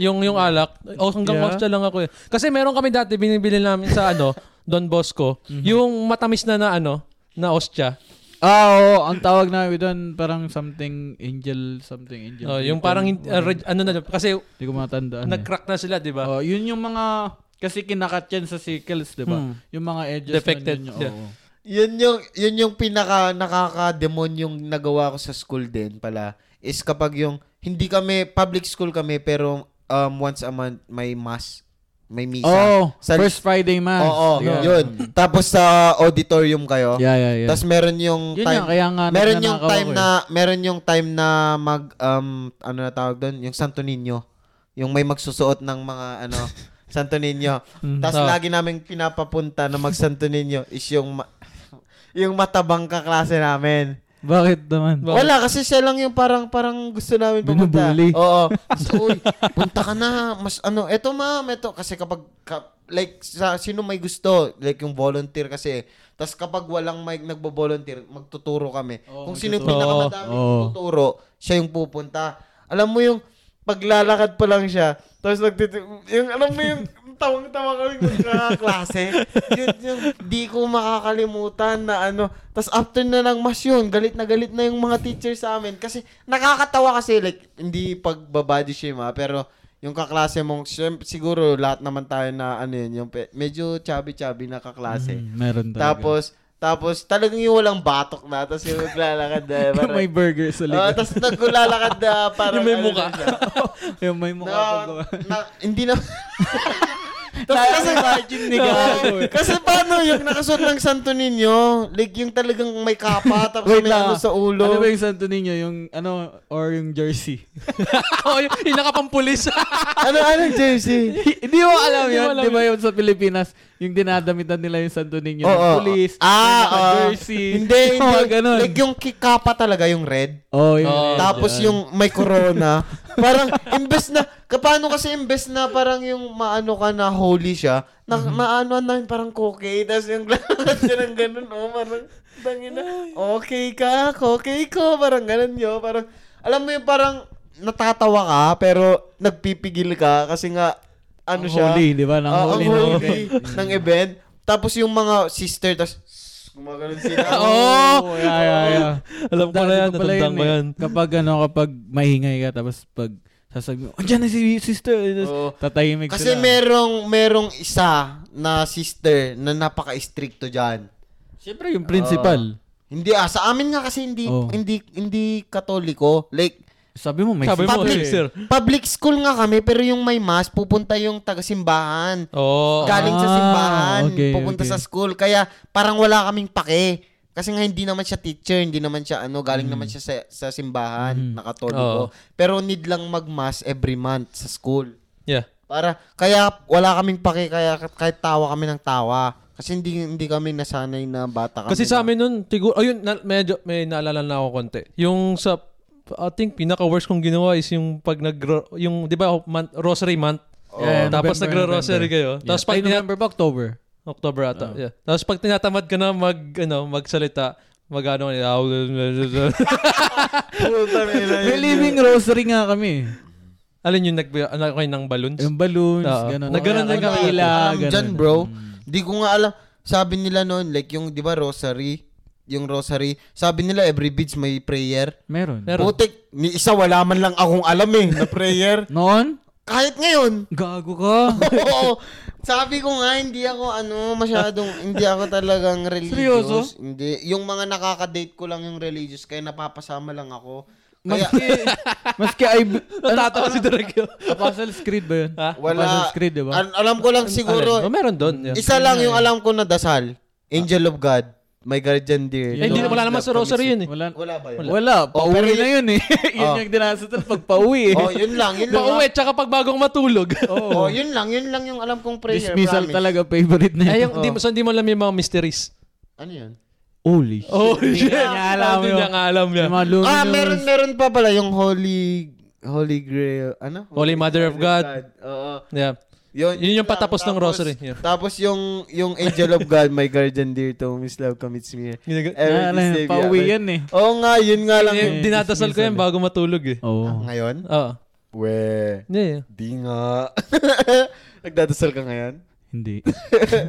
Yung yung alak. O hanggang Mm. Yeah. Austria lang ako eh. Kasi meron kami dati binibili namin sa ano, Don Bosco, Mhm. yung matamis na na ano, na Ostia. Ah, oo. Ang tawag namin doon, parang something angel, something angel. Oh, yung Dito. parang uh, red- ano na kasi Hindi ko matandaan. eh. nag-crack na sila, 'di ba? Oh, yun yung mga kasi kinakat yan sa sickles, 'di ba? Hmm. Yung mga edges Defected, nun, yun yeah. oo. Yun yung, yun yung pinaka nakaka-demon yung nagawa ko sa school din pala is kapag yung, hindi kami, public school kami, pero um, once a month may mass, may misa. Oh, Sa- first Friday man. Oo, Yeah. yun. Tapos sa auditorium kayo. Yeah, yeah, yeah. Tapos meron yung yun time, nga, kaya nga meron yung nagnanakaw time ako eh. na, meron yung time na mag, um, ano na tawag doon? Yung Santo Niño. Yung may magsusuot ng mga, ano, Santo Niño. Mm, Tapos Ah. lagi namin pinapapunta na mag Santo Niño is yung, ma- yung matabang kaklase namin. Bakit naman? Bakit? Wala, kasi siya lang yung parang parang gusto namin pumunta. Binubuli. Oo. So, uy, punta ka na. Mas ano, eto ma'am, eto. Kasi kapag, ka- like, sa, sino may gusto? Like, yung volunteer kasi. Tapos kapag walang may nagbo-volunteer, magtuturo kami. Oo, Kung sino yung magtuturo. pinakamadami Oo. tuturo, siya yung pupunta. Alam mo yung paglalakad pa lang siya, tapos nagtitik, yung alam mo yung tawang-tawa kami magkakaklase. yun yung di ko makakalimutan na ano. Tapos after na ng mas yun, galit na galit na yung mga teacher sa amin. Kasi nakakatawa kasi like, hindi pagbabody shame ha, pero yung kaklase mong, syem- siguro lahat naman tayo na ano yun, yung pe- medyo chubby-chubby na kaklase. Mm, meron talaga. Tapos, tapos talagang yung walang batok na, tapos yung naglalakad na. yung parang- may burger sa Ah, likod. tapos nagkulalakad na parang Yung may ano mukha. na siya. yung may mukha Na- pag na- hindi na... Tapos kasi imagine ni Kasi paano yung nakasuot ng Santo Niño? Like yung talagang may kapa tapos Wait may lang. ano sa ulo. Ano ba yung Santo Niño? Yung ano, or yung jersey? oh, yung, yung nakapampulis. ano, ano jersey? Hindi mo alam Hindi yun. mo alam Di ba yun sa Pilipinas, yung dinadamitan nila yung Santo Niño Oo, ng oo. police, Ah, yung oo. jersey. Hindi, yung hindi. mga ganun. Like yung kikapa talaga, yung red. oh, yun. Oh, Tapos yung may corona. parang imbes na, kapano kasi imbes na parang yung maano ka na holy siya, na, Mhm. maano na yun, parang cocaine. Tapos yung lalakad siya ng ganun, oh, parang, tangin na, okay ka, okay ko, parang ganun yun. Parang, alam mo yung parang natatawa ka, pero nagpipigil ka kasi nga, ano Ang siya? holy, di ba? Nang Ah, holy, ang ng holy event. ng event. Tapos yung mga sister, tapos gumaganon sila. Oh, Oo! Oh, Yeah, yeah, yeah. Alam ko na Dati yan, pa pala natandaan ko eh. yan. Kapag ano, kapag maingay ka, tapos pag sasabi mo, andyan na si sister. Tapos Oo. Tatahimik Kasi sila. merong merong isa na sister na napaka-stricto diyan. Siyempre yung principal. Hindi ah, sa amin nga kasi hindi Oh. hindi hindi katoliko. Like sabi mo, may Sabi mo, public, eh. sir. public school nga kami pero yung may mass pupunta yung taga-simbahan. Oo. Galing sa Ah, simbahan, okay, pupunta okay. sa school. Kaya parang wala kaming pake. Kasi nga hindi naman siya teacher, hindi naman siya ano, galing Hmm. naman siya sa, sa simbahan, na katoliko. Pero need lang mag-mass every month sa school. Yeah. Para kaya wala kaming pake kaya kahit tawa kami ng tawa. Kasi hindi hindi kami nasanay na bata Ah, kami. Kasi sa na- amin nun, tigo, ayun, na, medyo, may naalala na ako konti. Yung sa, I think, pinaka-worst kong ginawa is yung pag nag, yung, di ba, month, rosary month. Yeah, oh, tapos November, nagro-rosary November. kayo. Yeah. Tapos pag Ay, tina- November ba? October? October ata. Yeah. Tapos pag tinatamad ka na mag, ano, magsalita, magano ka nila. May living rosary nga kami. Alin yung nag, anak kayo ng balloons? Yung balloons, Oo. gano'n. Nagganon Wala, din kami. wala Nagkakaila, akong alam gano'n. dyan, bro. Hmm. Di ko nga alam. Sabi nila noon, like yung, di ba, rosary? Yung rosary. Sabi nila, every beads may prayer. Meron. Meron. Putik, ni isa wala man lang akong alam eh, na prayer. Noon? Kahit ngayon. Gago ka. Oo. Sabi ko nga, hindi ako ano, masyadong, hindi ako talagang religious. Seryoso? Hindi. Yung mga nakaka-date ko lang yung religious, kaya napapasama lang ako. Kaya, Maski, maski ay... Natatawa si Derek yun. Apostles Creed ba yun? Ha? Wala. Ano Apostles Creed, di ba? al- alam ko lang Alin? siguro, Oh, meron doon. Yeah. isa lang yung alam ko na dasal. Angel of God. My guardian dear. Eh, hindi, wala naman sa rosary yun eh. Wala. Wala ba yun? Wala. Oh, Pauwi pero na yun eh. yun Oh. yung dinasa tal pag pauwi eh. Oh, yun lang, yun lang. Pauwi, tsaka pag bagong matulog. Oh, yun lang, yun lang yung alam kong prayer. Dismissal promise. talaga, favorite na Ay, yun. Eh, yung, di, so hindi mo alam yung mga mysteries. Ano yun? Holy shit. Oh, Hindi shit. niya alam Hindi yun. niya nga alam yan. Yung mga luminous. Ah, meron meron pa pala yung Holy Holy Grail, ano? Oh, Holy Mother of God. Oo. Yeah. Yun, Yun yung lang. patapos ng rosary. Yeah. Tapos yung yung Angel of God, my guardian dear to whom his love commits me. Ginaga- Every Ah, ano yun, day, Pauwi yeah. yan eh. Oo nga, yun nga lang. Oh. Dinadasal ko yan bago matulog eh. Oo. Ngayon? Oo. We. Yeah, yeah. Di nga. Nagdadasal ka ngayon? Hindi.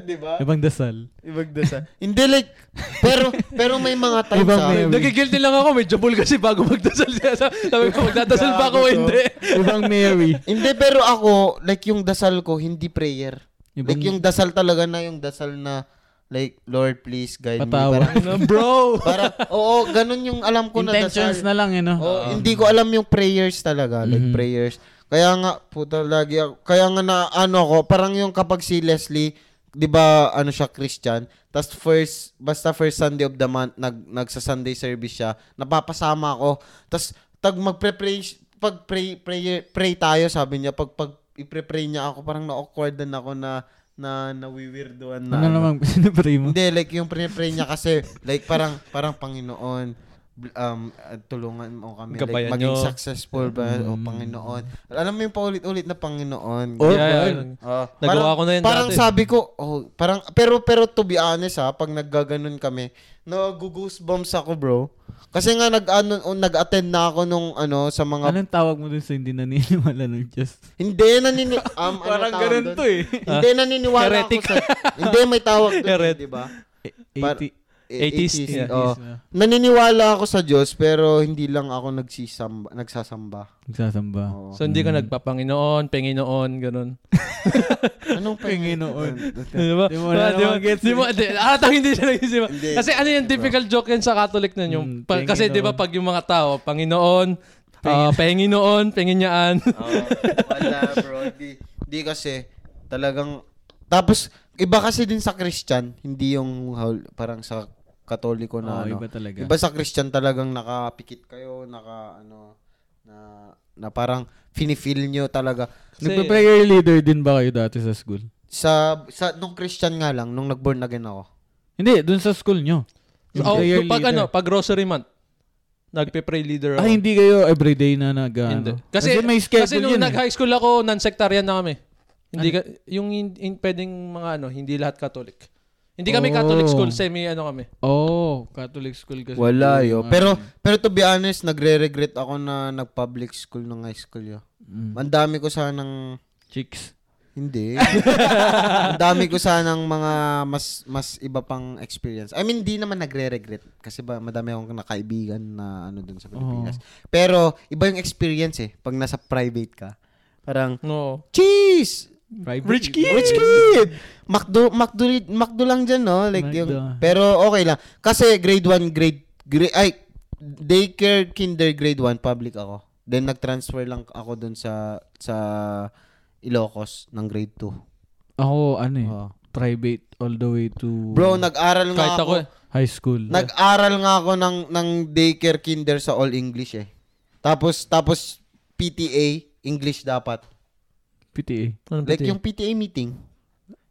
Di ba? Ibang dasal. Ibagdasal. Hindi like, pero pero may mga times Ibang sa akin. Mary. Nagigilty lang ako, may jabol kasi bago magdasal siya. Sabi ko, magdadasal pa ako, Gago to. hindi. Ibang Mary. Hindi, pero ako, like yung dasal ko, hindi prayer. Ibang Like yung dasal talaga na yung dasal na like, Lord, please guide me. Patawa. Parang, Bro! parang, oo, ganun yung alam ko na dasal. intentions na lang, eh, no? Oo, hindi ko alam yung prayers talaga, like Mhm. prayers. Kaya nga, puta, lagi ako, kaya nga na, ano ko, parang yung kapag si Leslie, di ba, ano siya, Christian, tas first, basta first Sunday of the month, nag, nagsa-Sunday service siya, napapasama ako, tas, tag magpre-pray, pag pray, pray, pray tayo, sabi niya, pag, pag ipre-pray niya ako, parang na-awkwardan ako na, na, nawiwirduan na. Ano ano. namang pinapray mo? Hindi, like yung pinipray niya kasi, like parang, parang Panginoon, bl- um, uh, tulungan mo kami. Gabayan like, maging nyo. Mm. successful ba? O Panginoon. Alam mo yung paulit-ulit na Panginoon. Oh, Yeah. yeah, man. Ah, Nagawa parang, ko na yun Parang dati. sabi ko, oh, parang, pero, pero to be honest ha, pag naggaganon kami, nag-goosebumps ako bro. Kasi nga nag, ano, o, nag-attend na ako nung ano, sa mga, Anong tawag mo dun sa hindi naniniwala ng Diyos? hindi nanini, um, Parang ano tawag ganun doon? to eh. Hindi naniniwala Heretic. ako sa, hindi may tawag doon, eh, Heret- di ba? Par- Eighty- Atheist. eh. Atheist, yeah. Oo. Atheist na. Naniniwala ako sa Diyos pero hindi lang ako nagsisamba, nagsasamba. Nagsasamba. Oo. So, hindi ka nagpapanginoon, penginoon, ganun. Anong Panginoon? Di ba? Di Di mo mo, na di mo, naman gets eh. di mo, di, alatang hindi siya nag-isip. Hindi. Kasi ano yung typical joke yan sa Catholic nun, yung, Mm, pa- kasi Panginoon. di ba pag yung mga tao, Panginoon, ah, Panginoon, Panginyaan. Oh, wala bro. Hindi, hindi kasi talagang tapos iba kasi din sa Christian, hindi yung hol- parang sa Katoliko Oo, na ano. iba talaga. Iba sa Christian talagang nakapikit kayo, naka ano na na parang fini-feel nyo talaga. Nagpa-prayer leader din ba kayo dati sa school? Sa sa nung Christian nga lang nung nag-born again ako. Hindi, dun sa school nyo. Yung oh, prayer pag leader. ano, pag rosary month, nagpe-pray leader ako. Ah, hindi kayo everyday na nag ano? Kasi, may schedule kasi nung yun. eh. Ano? nag-high school ako, non-sectarian na kami. Hindi ka, yung in, in- pwedeng mga ano, hindi lahat Catholic. Hindi kami Oh. Catholic school, semi ano kami. Oh, Catholic school kasi. Wala eh. yo. Yung mga- Pero pero to be honest, nagre-regret ako na nag-public school ng high school yo. Mm. Ang dami ko sanang Chicks. hindi. Ang dami ko sanang mga mas mas iba pang experience. I mean, hindi naman nagre-regret kasi ba madami akong nakaibigan na ano dun sa Pilipinas. Pero iba yung experience eh pag nasa private ka. Parang No. cheese. Private. Rich kid. Macdo, Macdo, Macdo lang dyan, no? Like Macdo. yung, pero okay lang. Kasi grade 1, grade, grade, ay, daycare, kinder, grade 1, public ako. Then nag-transfer lang ako dun sa, sa Ilocos ng grade 2. Ako, ano eh, Oo. private all the way Ah. to Bro, nag-aral nga Kahit Hmm. ako. ako, eh. high school. Nag-aral nga ako ng, ng daycare, kinder sa all English eh. Tapos, tapos PTA, English dapat. PTA. Ano ba Like ito? yung PTA meeting.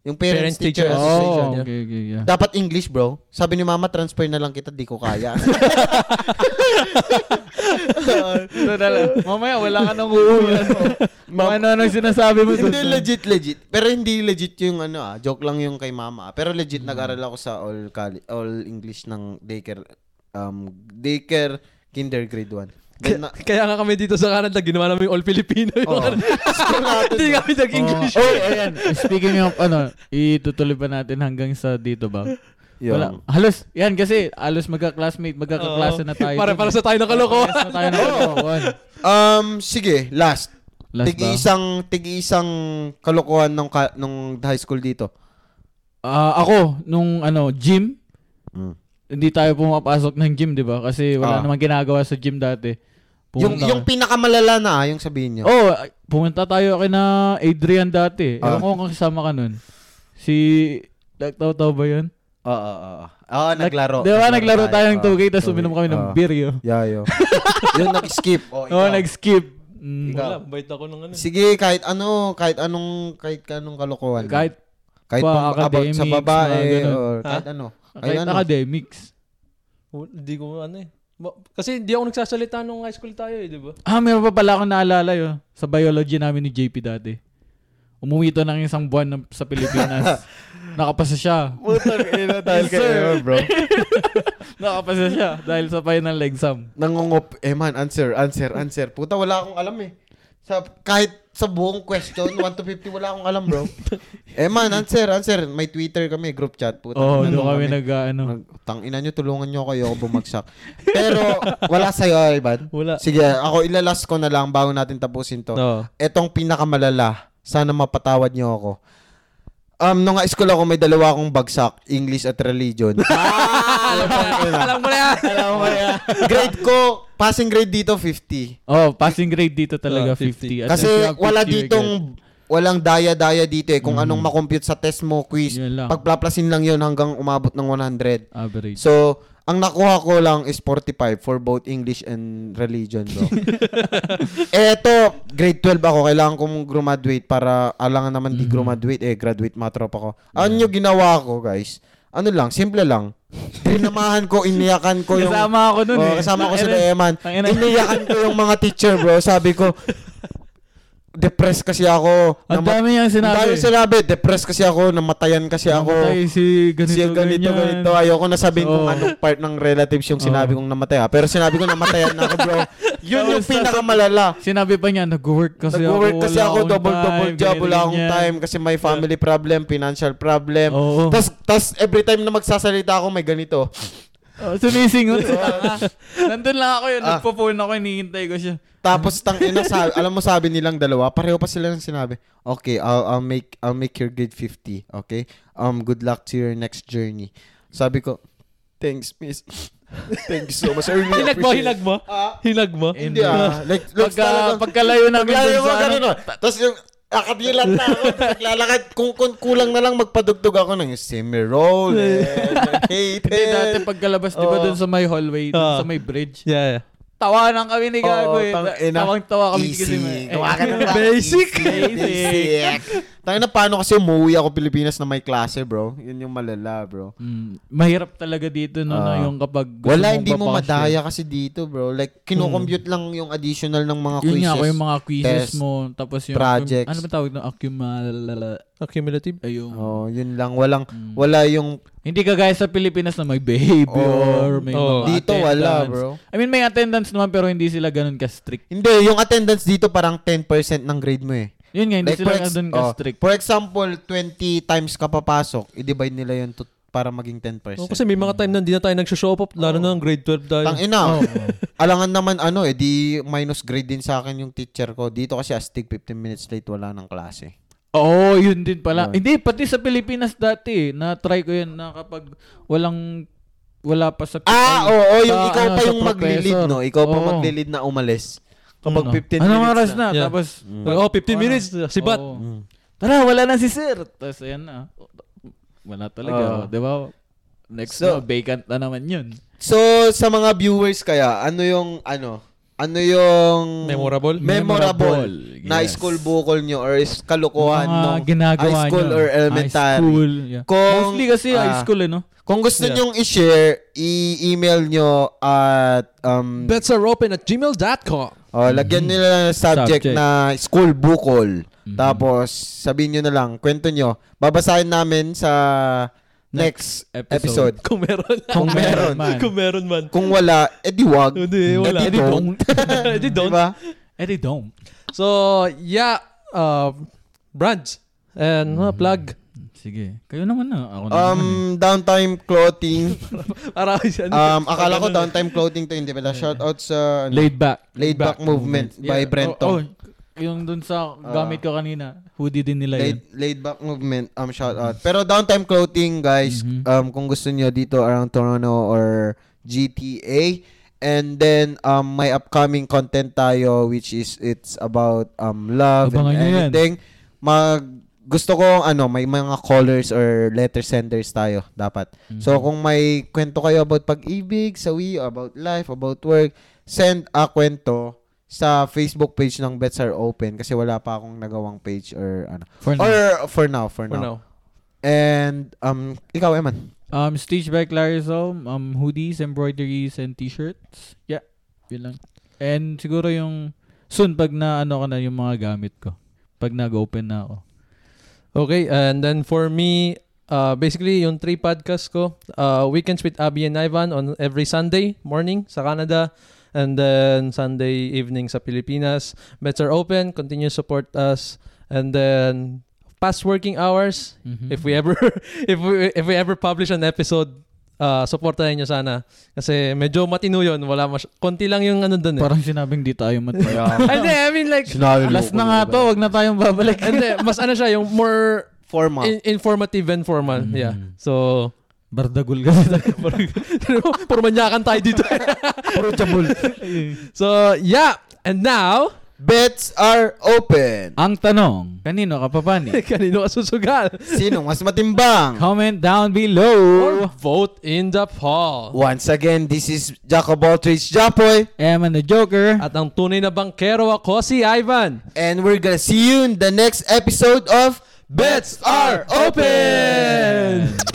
Yung Parents, Teacher, Parents-teacher Association. Oh, okay, okay, yeah. Dapat English, bro. Sabi ni mama, transfer na lang kita, di ko kaya. Mamaya, wala ka nang uulan. ano nang sinasabi mo hindi legit, legit. Pero hindi legit yung ano ah, joke lang yung kay mama. ah. Pero legit, nag-aral ako sa all, cali- all English ng daycare, um, daycare kinder grade 1. Then, na- Kaya nga kami dito sa Canada, ginawa namin yung all Filipino. Oo. School natin, Hindi kami nag-English. Oh, ayan. Speaking of ano, itutuloy pa natin hanggang sa dito ba? Yun. Wala. Halos, yan kasi, halos magka-classmate, magkakaklase na tayo. para, para sa tayo ng kalokohan. Parehas na tayo ng kalokohan. Um, sige, last. Last ba? Tigi-isang, tigi-isang kalokohan ng, ka- ng high school dito. Ah, ako, nung ano, gym, Mm. hindi tayo pumapasok ng gym, di ba? Kasi Ah. wala namang ginagawa sa gym dati. Yung, Pumunta yung pinakamalala na ah, yung sabihin nyo. Oh, ay, pumunta tayo kay na Adrian dati. Ah. Ewan ko kung kasama ka nun. Si Nagtaw-taw ba yun? Oo, oo, oo. Oo, naglaro. Di ba naglaro tayo ng Oo, 2K tapos two-way. uminom kami ng Oo. beer yo. Yayo. yung nag-skip. Oh, Oo, nag-skip. Mm. Ikaw. Wala, bait ako ng ano. Sige, kahit ano, kahit anong, kahit anong kalokohan. Kahit, kahit pa, pang- about sa academics, babae, mga ganun. or kahit ano. Kahit, kahit ano. academics. Hindi ko ano eh. Ba- Kasi hindi ako nagsasalita nung high school tayo eh, di ba? Ah, meron pa pala akong naalala yo. Sa biology namin ni JP dati. Umuwi to ng isang buwan ng- sa Pilipinas. Nakapasa siya. Putang ina dahil Yes, sir. Eman, bro. Nakapasa siya dahil sa final exam. Nangungop, Eman, answer, answer, answer. Puta, wala akong alam eh. Sa, kahit sa buong question, 1 to 50, wala akong alam, bro. eh man, answer, answer. May Twitter kami, group chat po. Oo, oh, doon eh. kami nag, ano, Tang ina nyo, tulungan nyo ako, ayoko bumagsak. Pero, wala sa'yo, Ivan. wala. Sige, ako ilalas ko na lang bago natin tapusin to. No. etong pinakamalala, sana mapatawad niyo ako. Um, nung high school ako, may dalawa akong bagsak, English at religion. Ah, Alam mo na yan. grade ko, passing grade dito, 50. Oh, passing grade dito talaga, Ah, 50. 50. At Kasi if you have wala 50, you get- ditong, walang daya-daya dito eh. Kung anong makompute sa test mo, quiz, Mm. Yun lang. pagplaplasin lang yon hanggang umabot ng 100. average. So, ang nakuha ko lang is 45 for both English and religion, bro. Eh, Eto, grade 12 ako. Kailangan kong graduate para alangan naman Mm-hmm. di graduate. Eh, graduate matrop ako. Ano yung ginawa ko, guys? Ano lang, simple lang. Dinamahan ko, iniyakan ko yung... kasama ako nun Oo, eh. kasama ko Ang sila ina- Eman. ang ina- Iniyakan ko yung mga teacher, bro. Sabi ko, depressed kasi ako. Ang Nama- dami niyang Ang sinabi. dami sinabi, depressed kasi ako, namatayan kasi ako. Namatay si ganito, Siya ganito, ganyan. ganito. Ayoko na sabihin kung Oo. anong part ng relatives yung sinabi Oo. kong namatay. ha. Pero sinabi ko namatayan na ako, bro. Yun yung Tapos nasa- pinakamalala. Sinabi pa niya, nag-work kasi ako. Nag-work kasi wala ako, akong double-double time, job, ganyan, wala akong ganyan. time kasi may family problem, financial problem. Oo. tas tas every time na magsasalita ako, may ganito. Oh, sumisingot. Nandun lang ako Ah. yun. Nagpo-phone ako, hinihintay ko siya. Tapos tang ina sabi, alam mo sabi nilang dalawa, pareho pa sila ng sinabi. Okay, I'll, I'll make I'll make your grade 50, okay? Um good luck to your next journey. Sabi ko, thanks miss. Thank you so much. I really Hinag mo, appreciate it." hinag mo. Ah, Hinag mo. hindi ah. Like, looks Pagka, talaga. pagkalayo namin Paglayo dun mo, sa ano. ganun ah. Tapos yung, akabilat na ako. Naglalakad. Kung, kung kulang na lang, magpadugtog ako ng semi-roll. eh, Hate Hindi, Eh, dati pagkalabas, di Eh, ba, Oo. dun sa may hallway, dun Ah. sa may bridge. Yeah, yeah. Tawanan kami ni Gago Oo, eh. Oh, tang ina. Tawang-tawa kami kasi. Easy. may- Gawa ka na ba? Basic. Easy, Basic. Tangina, paano kasi umuwi ako Pilipinas na may klase, bro? Yun yung malala, bro. Mm, mahirap talaga dito no, na Ah. yung kapag gusto Wala, mong hindi mo babakasyon. madaya kasi dito, bro. Like, kinocompute lang yung additional ng mga Yun quizzes. nga ako yung mga quizzes test, mo, tapos yung projects. Ano ba tawag na accumulala? Accumulative. Ayun. Oh, yun lang. Walang, wala yung, Hindi ka guys sa Pilipinas na may behavior, may Oo. mga Oh. dito wala, attendance. bro. I mean, may attendance naman pero hindi sila ganun ka-strict. Hindi, yung attendance dito parang 10% ng grade mo eh. Yun nga, hindi Like, sila for ex- ganun oh, ka-strict. for example, 20 times ka papasok, i-divide nila yun to, para maging 10%. Oh, kasi may mga time na hindi na tayo nag-show up, lalo na ng grade 12 tayo. Tang ina. Oh, Alangan naman ano eh, di minus grade din sa akin yung teacher ko. Dito kasi astig 15 minutes late wala ng klase. Oo, oh, yun din pala. Yun. Hindi, pati sa Pilipinas dati, na-try ko yun na kapag walang, wala pa sa... Ah, oo, oo, yung sa- ikaw ano, pa sa yung maglilid, professor. no? Ikaw pa Oo. Ano? maglilid na umalis. Kapag Mm, 15 oh, Anong minutes oras na. na? Yeah. Tapos, Oh, 15 Wala. minutes. Si Bat. Oo. Mm. Tara, wala na si Sir. Tapos, ayan na. Wala Oo. talaga. Di ba? Next Ah. So- na, vacant na naman yun. So, sa mga viewers kaya, ano yung, ano, ano yung Memorable? memorable Memorable, na yes. school bukol nyo or is kalukuhan Mga nung ginagawa high school nyo. or elementary. High school, yeah. Kung, Mostly kasi high ah, school, eh, no? Kung gusto Yeah. nyong i-share, i-email nyo at um, Bets are open at gmail.com. Oh, lagyan nila lang ng subject, Subject. Mm-hmm. na school bukol. Tapos sabihin niyo na lang, kwento niyo. Babasahin namin sa next, episode. episode. Kung meron. Kung meron. man. Kung meron man. Kung wala, edi wag. Hindi, wala. Edi don't. Hindi, don't. Diba? Eh, di don't. So, yeah. Um, brands. And uh, plug. Sige. Kayo naman na. Ako na naman. eh. Um, downtime clothing. Para siya. Um, akala eh. ko downtime clothing to hindi pala. Shout out sa ano, Laid back. Laid Back Movement by Brent Oh, oh, Tong. yung dun sa gamit ko kanina, hoodie din nila yun. Laid, laid back movement. Um, shout out. Pero downtime clothing, guys. Mm-hmm. Um, kung gusto niyo dito around Toronto or GTA. And then um may upcoming content tayo which is it's about um love Abangan nyo and yan. anything. Mag gusto ko ano may mga callers or letter senders tayo dapat. Mm. So Mhm. kung may kwento kayo about pag-ibig, sawi, about life, about work, send a kwento sa Facebook page ng Bets Are Open kasi wala pa akong nagawang page or ano. For now. Or for now, for, now. For now. And um ikaw Eman. Um, Stitch by Clarisol, um, hoodies, embroideries, and t-shirts. Yeah, yun lang. And siguro yung, soon, pag na, ano ka na yung mga gamit ko. Pag nag-open na ako. Okay, and then for me, uh, basically yung three podcasts ko, uh, Weekends with Abby and Ivan on every Sunday morning sa Canada, And then Sunday evening sa Pilipinas. Bets are open. Continue support us. And then past working hours, if we ever if we if we ever publish an episode, uh, supportahan niyo sana kasi medyo matino 'yon, wala mas konti lang yung ano doon eh. Parang sinabing di tayo mat. Hindi, I mean like Alas na nga to, wag na tayong babalik. hindi, mas ano siya, yung more Formal. Eh, in- informative and formal. Mm. Yeah. So, Bardagul kasi tayo. puro manyakan tayo dito. eh. Puro chabul. so, yeah. And now, Bets are open. Ang tanong, kanino ka papani? kanino ka susugal? Sino mas matimbang? Comment down Or below. vote in the poll. Once again, this is Jack of all trades, Japoy. Am and the Joker. At ang tunay na bangkero ako si Ivan. And we're gonna see you in the next episode of Bets Are Open! Open!